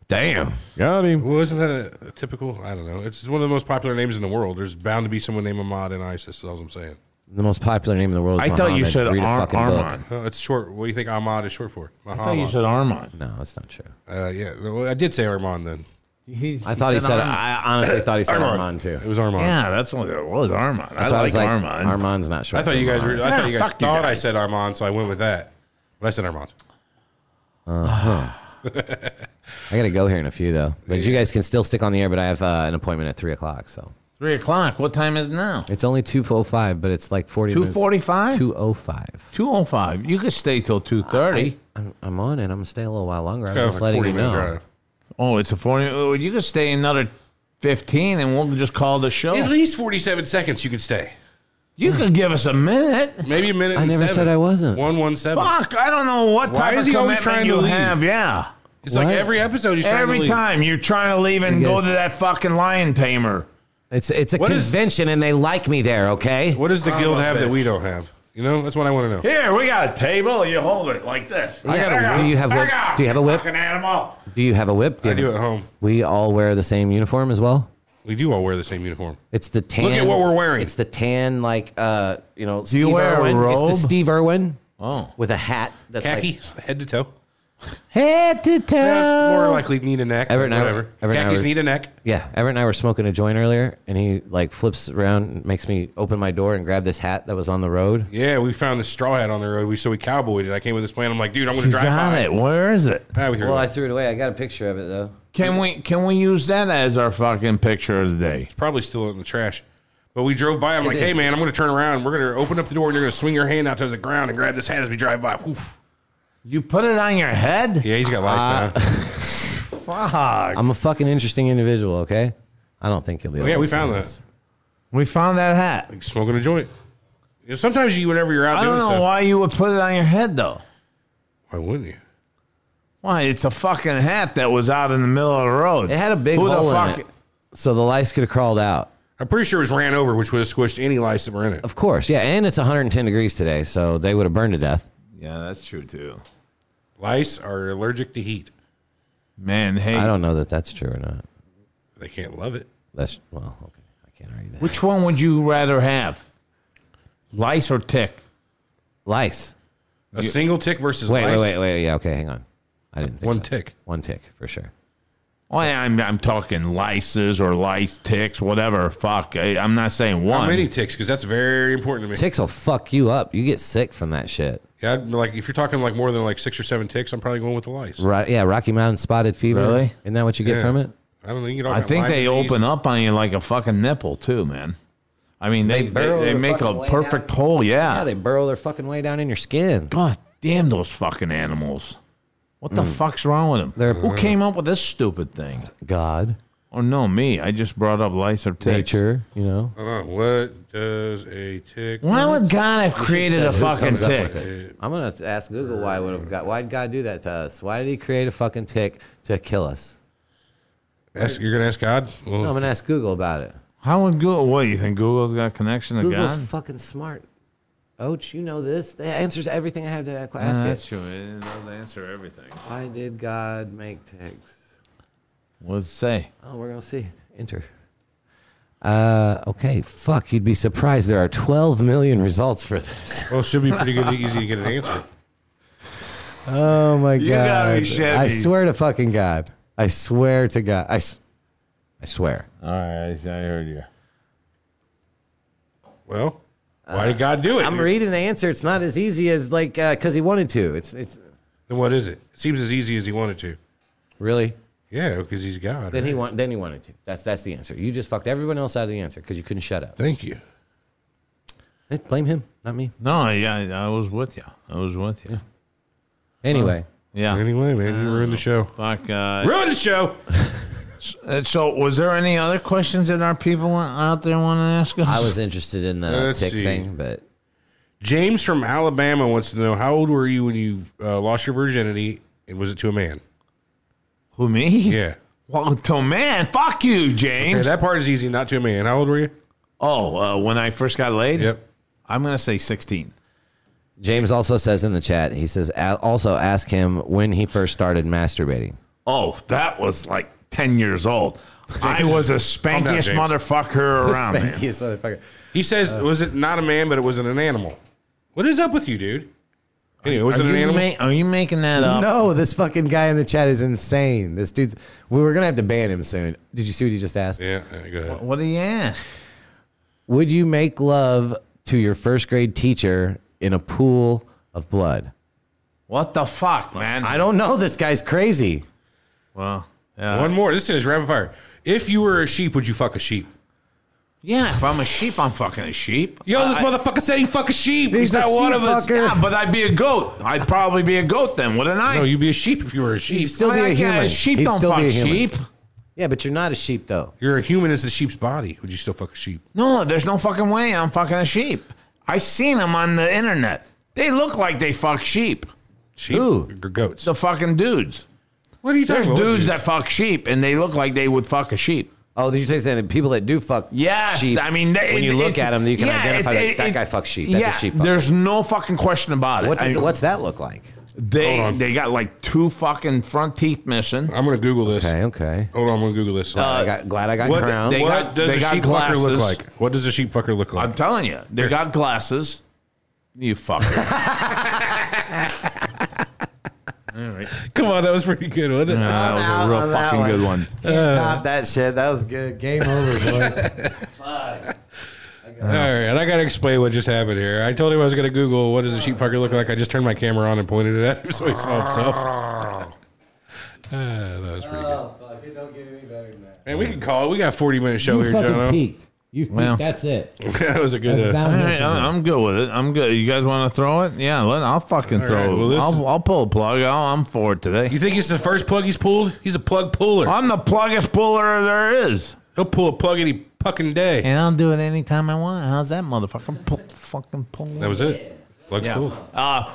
[SPEAKER 2] Damn. Got him.
[SPEAKER 3] Well, isn't that a, a typical? I don't know. It's one of the most popular names in the world. There's bound to be someone named Ahmad in ISIS. That's all I'm saying.
[SPEAKER 4] The most popular name in the world. Is
[SPEAKER 2] I thought you
[SPEAKER 4] Muhammad.
[SPEAKER 2] said
[SPEAKER 4] Read a
[SPEAKER 2] Ar-
[SPEAKER 4] fucking book.
[SPEAKER 2] Armand.
[SPEAKER 3] Oh, it's short. What do you think Ahmad is short for?
[SPEAKER 2] I thought you
[SPEAKER 3] Muhammad.
[SPEAKER 2] said Armand.
[SPEAKER 4] No, that's not true.
[SPEAKER 3] uh, yeah, well, I did say Armand then.
[SPEAKER 4] I thought he said.
[SPEAKER 2] Armand.
[SPEAKER 4] I honestly thought he said Armand too.
[SPEAKER 3] It was Armand.
[SPEAKER 2] Yeah, that's what it was. Armand. I
[SPEAKER 4] That's why
[SPEAKER 2] like,
[SPEAKER 4] I was like,
[SPEAKER 2] Armand.
[SPEAKER 4] Armand's not sure.
[SPEAKER 3] I thought you guys. Were, I
[SPEAKER 2] Yeah,
[SPEAKER 3] thought you guys
[SPEAKER 2] fuck you
[SPEAKER 3] thought I
[SPEAKER 2] guys.
[SPEAKER 3] said Armand, so I went with that. But I said Armand.
[SPEAKER 4] I gotta go here in a few though. But you guys can still stick on the air. But I have uh, an appointment at three o'clock, so.
[SPEAKER 2] Three o'clock. What time is it now?
[SPEAKER 4] It's only two oh five, but it's like forty. minutes-
[SPEAKER 2] 2:45?
[SPEAKER 4] 2:05.
[SPEAKER 2] Two o five. You could stay till two thirty.
[SPEAKER 4] I'm, I'm on and I'm gonna stay a little while longer. I'm
[SPEAKER 3] That
[SPEAKER 4] just
[SPEAKER 3] was like
[SPEAKER 4] letting
[SPEAKER 3] forty
[SPEAKER 4] you
[SPEAKER 3] minute
[SPEAKER 4] know.
[SPEAKER 3] drive.
[SPEAKER 2] Oh, it's a forty. oh, You could stay another fifteen, and we'll just call the show.
[SPEAKER 3] At least forty-seven seconds you could stay.
[SPEAKER 2] You could give us a minute.
[SPEAKER 3] Maybe a minute.
[SPEAKER 4] I
[SPEAKER 3] and
[SPEAKER 4] never
[SPEAKER 3] seven.
[SPEAKER 4] said I wasn't.
[SPEAKER 3] One one seven.
[SPEAKER 2] Fuck, I don't know what
[SPEAKER 3] Why
[SPEAKER 2] type
[SPEAKER 3] is
[SPEAKER 2] of
[SPEAKER 3] he always
[SPEAKER 2] commitment
[SPEAKER 3] trying to
[SPEAKER 2] you
[SPEAKER 3] leave?
[SPEAKER 2] have. Yeah,
[SPEAKER 3] It's like
[SPEAKER 4] What?
[SPEAKER 3] every episode he's trying to
[SPEAKER 2] every
[SPEAKER 3] leave.
[SPEAKER 2] time you're trying to leave and
[SPEAKER 4] You
[SPEAKER 2] go
[SPEAKER 4] guys-
[SPEAKER 2] to that fucking lion tamer.
[SPEAKER 4] It's it's a
[SPEAKER 3] What is-
[SPEAKER 4] convention and they like me there. Okay.
[SPEAKER 3] What does the
[SPEAKER 2] Son
[SPEAKER 3] guild
[SPEAKER 2] of a
[SPEAKER 3] have that
[SPEAKER 2] bitch.
[SPEAKER 3] we don't have? You know, that's what I want to know.
[SPEAKER 2] Here, we got a table. You hold it like this.
[SPEAKER 4] Yeah,
[SPEAKER 3] got a
[SPEAKER 4] do you have whips? Do you have a whip?
[SPEAKER 2] Fucking animal.
[SPEAKER 4] Do you have a whip?
[SPEAKER 3] I
[SPEAKER 4] you
[SPEAKER 3] do
[SPEAKER 4] have-
[SPEAKER 3] at home.
[SPEAKER 4] We all wear the same uniform as well.
[SPEAKER 3] We do all wear the same uniform.
[SPEAKER 4] It's the tan.
[SPEAKER 3] at what we're wearing.
[SPEAKER 4] It's the tan, like uh, you know, Steve
[SPEAKER 2] you wear a
[SPEAKER 4] Irwin. It's
[SPEAKER 2] robe?
[SPEAKER 4] the Steve Irwin
[SPEAKER 2] Oh,
[SPEAKER 4] with a hat that's
[SPEAKER 3] Khaki,
[SPEAKER 4] like
[SPEAKER 3] head to toe.
[SPEAKER 2] Head to toe.
[SPEAKER 3] Yeah, more likely need a neck.
[SPEAKER 4] Everett and I-
[SPEAKER 3] whatever.
[SPEAKER 4] Everett and I
[SPEAKER 3] Khakis
[SPEAKER 4] were-
[SPEAKER 3] need a neck.
[SPEAKER 4] Yeah, Everett and I were smoking a joint earlier, and he like flips around and makes me open my door and grab this hat that was on the road.
[SPEAKER 3] Yeah, we found this straw hat on the road. We so we cowboyed it. I came with this plan. I'm like, dude, I'm gonna
[SPEAKER 2] You
[SPEAKER 3] drive
[SPEAKER 2] got
[SPEAKER 3] by.
[SPEAKER 2] it. Where is it?
[SPEAKER 3] Ah, we threw it
[SPEAKER 4] Well,
[SPEAKER 3] away.
[SPEAKER 4] I threw it away. I got a picture of it though.
[SPEAKER 2] Can we can we use that as our fucking picture of the day?
[SPEAKER 3] probably still in the trash. But we drove by. I'm like, hey
[SPEAKER 4] is.
[SPEAKER 3] man, I'm gonna turn around. We're gonna open up the door and you're gonna swing your hand out to the ground and grab this hat as we drive by. Oof.
[SPEAKER 2] You put it on your head?
[SPEAKER 3] Yeah, he's got lice
[SPEAKER 4] Uh,
[SPEAKER 3] now.
[SPEAKER 2] Fuck.
[SPEAKER 4] I'm a fucking interesting individual, okay? I don't think he'll be. Able
[SPEAKER 3] Oh, yeah,
[SPEAKER 4] to
[SPEAKER 3] we
[SPEAKER 4] see
[SPEAKER 3] found
[SPEAKER 4] this.
[SPEAKER 3] that.
[SPEAKER 2] We found that hat.
[SPEAKER 3] Smoking a joint. You know, sometimes you, whenever you're out
[SPEAKER 2] I
[SPEAKER 3] doing
[SPEAKER 2] don't know
[SPEAKER 3] stuff,
[SPEAKER 2] why you would put it on your head though.
[SPEAKER 3] why wouldn't you?
[SPEAKER 2] Why? It's a fucking hat that was out in the middle of the road.
[SPEAKER 4] It had a big
[SPEAKER 2] Who the
[SPEAKER 4] hole in
[SPEAKER 2] fuck-
[SPEAKER 4] it, so the lice could have crawled out.
[SPEAKER 3] I'm pretty sure it was ran over, which would have squished any lice that were in it.
[SPEAKER 4] Of course, yeah. And it's 110 degrees today, so they would have burned to death.
[SPEAKER 2] Yeah, that's true too.
[SPEAKER 3] Lice are allergic to heat.
[SPEAKER 2] Man, hey,
[SPEAKER 4] I don't know that that's true or not.
[SPEAKER 3] They can't love it.
[SPEAKER 4] That's well, okay. I can't argue that.
[SPEAKER 2] which one would you rather have? Lice or tick?
[SPEAKER 4] Lice.
[SPEAKER 3] A single tick versus
[SPEAKER 4] Wait,
[SPEAKER 3] lice.
[SPEAKER 4] wait, wait, wait. Yeah, okay. Hang on. I didn't think
[SPEAKER 3] One
[SPEAKER 4] about-
[SPEAKER 3] tick.
[SPEAKER 4] One tick for sure.
[SPEAKER 2] Well, I'm I'm talking lices or lice ticks, whatever. Fuck, I, I'm not saying
[SPEAKER 3] How
[SPEAKER 2] one.
[SPEAKER 3] many ticks? Because that's very important to me.
[SPEAKER 4] Ticks will fuck you up. You get sick from that shit.
[SPEAKER 3] Yeah, I'd- like if you're talking like more than like six or seven ticks, I'm probably going with the lice.
[SPEAKER 4] Right? Yeah. Rocky Mountain spotted fever.
[SPEAKER 2] Really?
[SPEAKER 4] Isn't that what you get
[SPEAKER 3] Yeah.
[SPEAKER 4] from it?
[SPEAKER 3] I don't know. You get all
[SPEAKER 2] I
[SPEAKER 3] kinds of
[SPEAKER 2] think
[SPEAKER 3] Lyme
[SPEAKER 2] they
[SPEAKER 3] disease.
[SPEAKER 2] open up on you like a fucking nipple too, man. I mean, they
[SPEAKER 4] They
[SPEAKER 2] they,
[SPEAKER 4] burrow
[SPEAKER 2] they,
[SPEAKER 4] their
[SPEAKER 2] make
[SPEAKER 4] fucking
[SPEAKER 2] a
[SPEAKER 4] way
[SPEAKER 2] perfect
[SPEAKER 4] down.
[SPEAKER 2] hole. Yeah.
[SPEAKER 4] Yeah, they burrow their fucking way down in your skin.
[SPEAKER 2] God damn those fucking animals! What the fuck's wrong with them?
[SPEAKER 4] They're-
[SPEAKER 2] Who came up with this stupid thing?
[SPEAKER 4] God,
[SPEAKER 2] Oh no, me. I just brought up lice or ticks.
[SPEAKER 4] nature. You know.
[SPEAKER 3] Hold on. What does a tick?
[SPEAKER 2] Why would God have created a
[SPEAKER 4] Said who
[SPEAKER 2] fucking
[SPEAKER 4] comes up with
[SPEAKER 2] tick?
[SPEAKER 4] it. I'm gonna ask Google why would have got why would God do that to us? Why did He create a fucking tick to kill us?
[SPEAKER 3] Ask, you're gonna ask God? Well,
[SPEAKER 4] No, I'm gonna ask Google about it.
[SPEAKER 2] How would Google? What you think Google's got a connection to
[SPEAKER 4] Google's
[SPEAKER 2] God?
[SPEAKER 4] fucking smart. Oach, you know this. That answers everything I had to ask.
[SPEAKER 2] Ah,
[SPEAKER 4] it.
[SPEAKER 2] that's true. It does answer everything.
[SPEAKER 4] Why did God make ticks?
[SPEAKER 2] What's it say?
[SPEAKER 4] Oh, we're gonna see. Enter. Uh, okay. Fuck, you'd be surprised. There are 12 million results for this.
[SPEAKER 3] well, it should be pretty good, easy to get an answer.
[SPEAKER 4] Oh my
[SPEAKER 2] You gotta be God. shitting
[SPEAKER 4] I
[SPEAKER 2] me.
[SPEAKER 4] swear to fucking God. I swear to God. I, s- I swear.
[SPEAKER 2] All right, I heard you.
[SPEAKER 3] Well, why
[SPEAKER 2] Uh,
[SPEAKER 3] did God do it?
[SPEAKER 4] I'm reading the answer. It's not as easy as like because he wanted to. It's it's
[SPEAKER 3] Then what is it? It seems as easy as he wanted to.
[SPEAKER 4] really.
[SPEAKER 3] Yeah, because he's God.
[SPEAKER 4] Then he
[SPEAKER 3] right?
[SPEAKER 4] want. Then he wanted to. That's that's the answer. You just fucked everyone else out of the answer because you couldn't shut up.
[SPEAKER 3] Thank you.
[SPEAKER 4] Eh, Blame him, not me.
[SPEAKER 2] No, yeah, I- I was with you. I was with you.
[SPEAKER 4] Anyway,
[SPEAKER 2] Yeah.
[SPEAKER 3] Anyway, man, you ruined the show.
[SPEAKER 2] Fuck. Uh,
[SPEAKER 3] Ruined the show.
[SPEAKER 2] uh, so, was there any other questions that our people out there want to ask us?
[SPEAKER 4] I was interested in the
[SPEAKER 3] Let's
[SPEAKER 4] tick
[SPEAKER 3] see.
[SPEAKER 4] thing, but
[SPEAKER 3] James from Alabama wants to know how old were you when you uh, lost your virginity, and was it to a man?
[SPEAKER 2] Who me?
[SPEAKER 3] Yeah.
[SPEAKER 2] Well, to man, fuck you,
[SPEAKER 3] Yeah,
[SPEAKER 2] James.
[SPEAKER 3] that part is easy. Not to a man. How old were you?
[SPEAKER 2] oh, uh, when I first got laid.
[SPEAKER 3] Yep.
[SPEAKER 2] I'm gonna say 16.
[SPEAKER 4] James also says in the chat. He says "A- also ask him when he first started masturbating.
[SPEAKER 2] Oh, that was like 10 years old. I was a
[SPEAKER 3] Calm down,
[SPEAKER 2] spankiest
[SPEAKER 3] James.
[SPEAKER 2] motherfucker around. man.
[SPEAKER 4] Spankiest motherfucker.
[SPEAKER 3] He says, "Was it not a man, but it was an animal?" What is up with you, dude? Anyway, was
[SPEAKER 2] Are
[SPEAKER 3] it an
[SPEAKER 2] you,
[SPEAKER 3] animal?
[SPEAKER 2] ma- are you making that up?
[SPEAKER 4] No, this fucking guy in the chat is insane. This dude's. We were gonna have to ban him soon. Did you see what he just asked?
[SPEAKER 3] Yeah. all right, Go ahead.
[SPEAKER 2] What do you ask?
[SPEAKER 4] Would you make love to your first grade teacher in a pool of blood?
[SPEAKER 2] What the fuck, man?
[SPEAKER 4] I don't know. This guy's crazy.
[SPEAKER 2] Well, yeah.
[SPEAKER 3] One more. This is rapid fire. If you were a sheep, would you fuck a sheep?
[SPEAKER 2] yeah, if I'm a sheep, I'm fucking a sheep.
[SPEAKER 3] Yo, this
[SPEAKER 2] I-
[SPEAKER 3] motherfucker said he fuck a sheep.
[SPEAKER 4] He's a
[SPEAKER 2] Not one of us.
[SPEAKER 4] fucker.
[SPEAKER 2] Yeah, but I'd be a goat. I'd probably be a goat then, wouldn't I?
[SPEAKER 3] No, you'd be a sheep if you were a sheep.
[SPEAKER 4] He's still
[SPEAKER 2] I
[SPEAKER 4] be a
[SPEAKER 2] mean, I can't-
[SPEAKER 4] human.
[SPEAKER 2] Sheep
[SPEAKER 4] He'd
[SPEAKER 2] don't
[SPEAKER 4] still
[SPEAKER 2] fuck
[SPEAKER 4] be a human.
[SPEAKER 2] sheep.
[SPEAKER 4] Yeah, but you're not a sheep though.
[SPEAKER 3] You're a human as the sheep's body. Would you still fuck a sheep?
[SPEAKER 2] No, there's no fucking way I'm fucking a sheep. I seen them on the internet. They look like they fuck sheep.
[SPEAKER 3] Sheep
[SPEAKER 4] Who?
[SPEAKER 3] or goats?
[SPEAKER 2] The fucking dudes.
[SPEAKER 3] what are you
[SPEAKER 2] There's
[SPEAKER 3] talking about?
[SPEAKER 2] dudes that fuck sheep and they look like they would fuck a sheep.
[SPEAKER 4] Oh, you're saying the people that do fuck
[SPEAKER 2] Yes,
[SPEAKER 4] sheep.
[SPEAKER 2] I mean they,
[SPEAKER 4] when you
[SPEAKER 2] it-
[SPEAKER 4] look
[SPEAKER 2] it's-
[SPEAKER 4] at them, you can
[SPEAKER 2] yeah,
[SPEAKER 4] identify
[SPEAKER 2] it's-
[SPEAKER 4] that
[SPEAKER 2] it-
[SPEAKER 4] that
[SPEAKER 2] it-
[SPEAKER 4] guy fucks sheep. That's
[SPEAKER 2] yeah,
[SPEAKER 4] a sheep. fucker.
[SPEAKER 2] There's no fucking question about it.
[SPEAKER 4] What does,
[SPEAKER 2] I-
[SPEAKER 4] what's that look like?
[SPEAKER 2] they
[SPEAKER 3] Hold on.
[SPEAKER 2] they got like two fucking front teeth missing.
[SPEAKER 3] I'm gonna Google this.
[SPEAKER 4] Okay, okay.
[SPEAKER 3] Hold on, I'm gonna Google this.
[SPEAKER 4] I got, glad I got
[SPEAKER 3] Uh, what
[SPEAKER 4] crowned.
[SPEAKER 2] they-
[SPEAKER 3] what
[SPEAKER 2] got-
[SPEAKER 3] does
[SPEAKER 2] they
[SPEAKER 3] a
[SPEAKER 2] got
[SPEAKER 3] sheep fucker look
[SPEAKER 2] glasses.
[SPEAKER 3] like? What does a sheep fucker look like?
[SPEAKER 2] I'm telling you, they got glasses. You fucker. All right.
[SPEAKER 3] Come on, that was pretty good, wasn't it?
[SPEAKER 2] That was a
[SPEAKER 4] out
[SPEAKER 2] real
[SPEAKER 4] on that
[SPEAKER 2] fucking
[SPEAKER 4] one.
[SPEAKER 2] good one.
[SPEAKER 4] Can't top that shit. That was good. Game over, boys.
[SPEAKER 3] All right, I gotta explain what just happened here. I told him I was gonna Google what does a sheep fucker look like. I just turned my camera on and pointed it at him, so he saw himself. Ah, that was pretty good.
[SPEAKER 4] oh, fuck. It don't get any better than that.
[SPEAKER 3] Man, we can call it. We got a forty minute show
[SPEAKER 6] You
[SPEAKER 3] here,
[SPEAKER 6] fucking
[SPEAKER 3] John.
[SPEAKER 6] peaked. You peaked.
[SPEAKER 2] Well.
[SPEAKER 6] That's it.
[SPEAKER 3] that was a
[SPEAKER 6] That's
[SPEAKER 3] good. Uh,
[SPEAKER 2] All
[SPEAKER 6] downhill
[SPEAKER 2] right,
[SPEAKER 6] from here.
[SPEAKER 2] I- I'm good with it. I'm good. You guys want to throw it? Yeah, let, I'll fucking throw
[SPEAKER 3] right,
[SPEAKER 2] it.
[SPEAKER 3] well, this-
[SPEAKER 2] I'll, I'll pull a plug. I'll, I'm for it today.
[SPEAKER 3] you think it's the first plug he's pulled? He's a plug puller.
[SPEAKER 2] I'm the pluggest puller there is.
[SPEAKER 3] He'll pull a plug any fucking day.
[SPEAKER 2] And I'll do it anytime I want. How's that motherfucker? Pull, fucking pull.
[SPEAKER 3] That was it. Looks
[SPEAKER 2] Yeah.
[SPEAKER 3] cool.
[SPEAKER 2] Uh,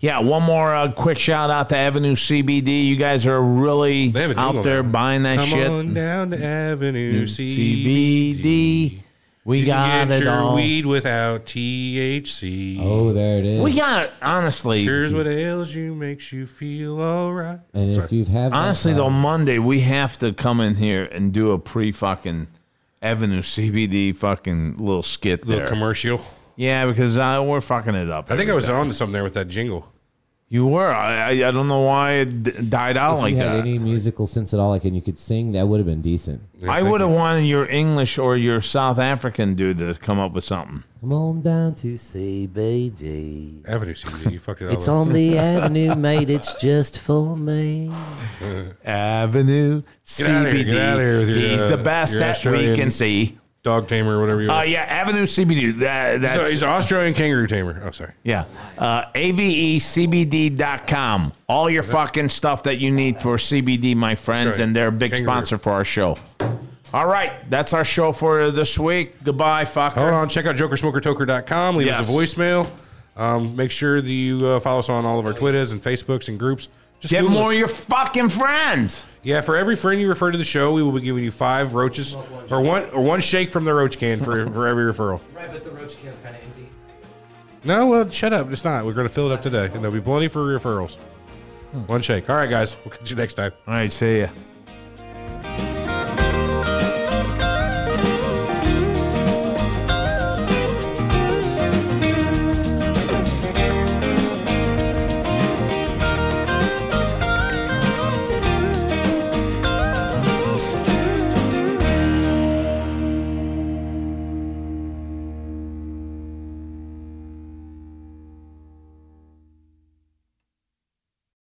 [SPEAKER 2] yeah, one more uh, quick shout out to Avenue CBD. You guys are really
[SPEAKER 3] They have a jingle
[SPEAKER 2] out there
[SPEAKER 3] now.
[SPEAKER 2] buying that
[SPEAKER 3] Come
[SPEAKER 2] shit.
[SPEAKER 3] on down to Avenue C.
[SPEAKER 2] CBD. We
[SPEAKER 3] You
[SPEAKER 2] got
[SPEAKER 3] can get
[SPEAKER 2] it
[SPEAKER 3] your
[SPEAKER 2] all.
[SPEAKER 3] weed without THC.
[SPEAKER 6] Oh, there it is.
[SPEAKER 2] We got it. Honestly,
[SPEAKER 3] Here's what ails you, makes you feel all right.
[SPEAKER 6] and if you have that
[SPEAKER 2] honestly though,
[SPEAKER 6] problem,
[SPEAKER 2] Monday we have to come in here and do a pre fucking Avenue CBD fucking little skit there.
[SPEAKER 3] Little commercial.
[SPEAKER 2] yeah, because uh, we're fucking it up.
[SPEAKER 3] I think I
[SPEAKER 2] every
[SPEAKER 3] was
[SPEAKER 2] time.
[SPEAKER 3] on to something there with that jingle.
[SPEAKER 2] You were. I, I I don't know why it d- died out
[SPEAKER 6] if
[SPEAKER 2] like
[SPEAKER 6] you had
[SPEAKER 2] that.
[SPEAKER 6] any musical sense at all, like and you could sing, that would have been decent.
[SPEAKER 2] I would have wanted your English or your South African dude to come up with something.
[SPEAKER 4] Come on down to CBD.
[SPEAKER 3] Avenue CBD. You fucked it all
[SPEAKER 4] It's
[SPEAKER 3] up.
[SPEAKER 4] on the avenue, mate. It's just for me.
[SPEAKER 2] Avenue
[SPEAKER 3] Get outta here, get outta here with your,
[SPEAKER 2] He's the
[SPEAKER 3] uh,
[SPEAKER 2] best
[SPEAKER 3] your
[SPEAKER 2] that we
[SPEAKER 3] Australian-
[SPEAKER 2] can see.
[SPEAKER 3] Dog tamer, whatever you
[SPEAKER 2] Uh,
[SPEAKER 3] want.
[SPEAKER 2] yeah, Avenue CBD. That,
[SPEAKER 3] so
[SPEAKER 2] that's
[SPEAKER 3] he's an Australian kangaroo tamer. Oh, sorry.
[SPEAKER 2] yeah. Uh, AVECBD.com. All your fucking stuff that you need for CBD, my friends,
[SPEAKER 3] right.
[SPEAKER 2] and they're a big
[SPEAKER 3] Kangaroo.
[SPEAKER 2] sponsor for our show. All right, that's our show for this week. Goodbye, fucker.
[SPEAKER 3] Hold on. Check out jokersmokertoker.com. Leave us a
[SPEAKER 2] Yes.
[SPEAKER 3] voicemail. Um, make sure that you uh, follow us on all of our Twitters and Facebooks and groups. Just
[SPEAKER 2] Get
[SPEAKER 3] Google
[SPEAKER 2] more
[SPEAKER 3] us.
[SPEAKER 2] of your fucking friends.
[SPEAKER 3] Yeah, for every friend you refer to the show, we will be giving you five roaches or one or one shake from the roach can for, for every referral.
[SPEAKER 4] Right, but the roach can's kind of empty.
[SPEAKER 3] No, well, shut up. It's not. We're going to fill it up today, and there'll be plenty for referrals. One shake. All right, guys. We'll catch you next time.
[SPEAKER 2] All right, see ya.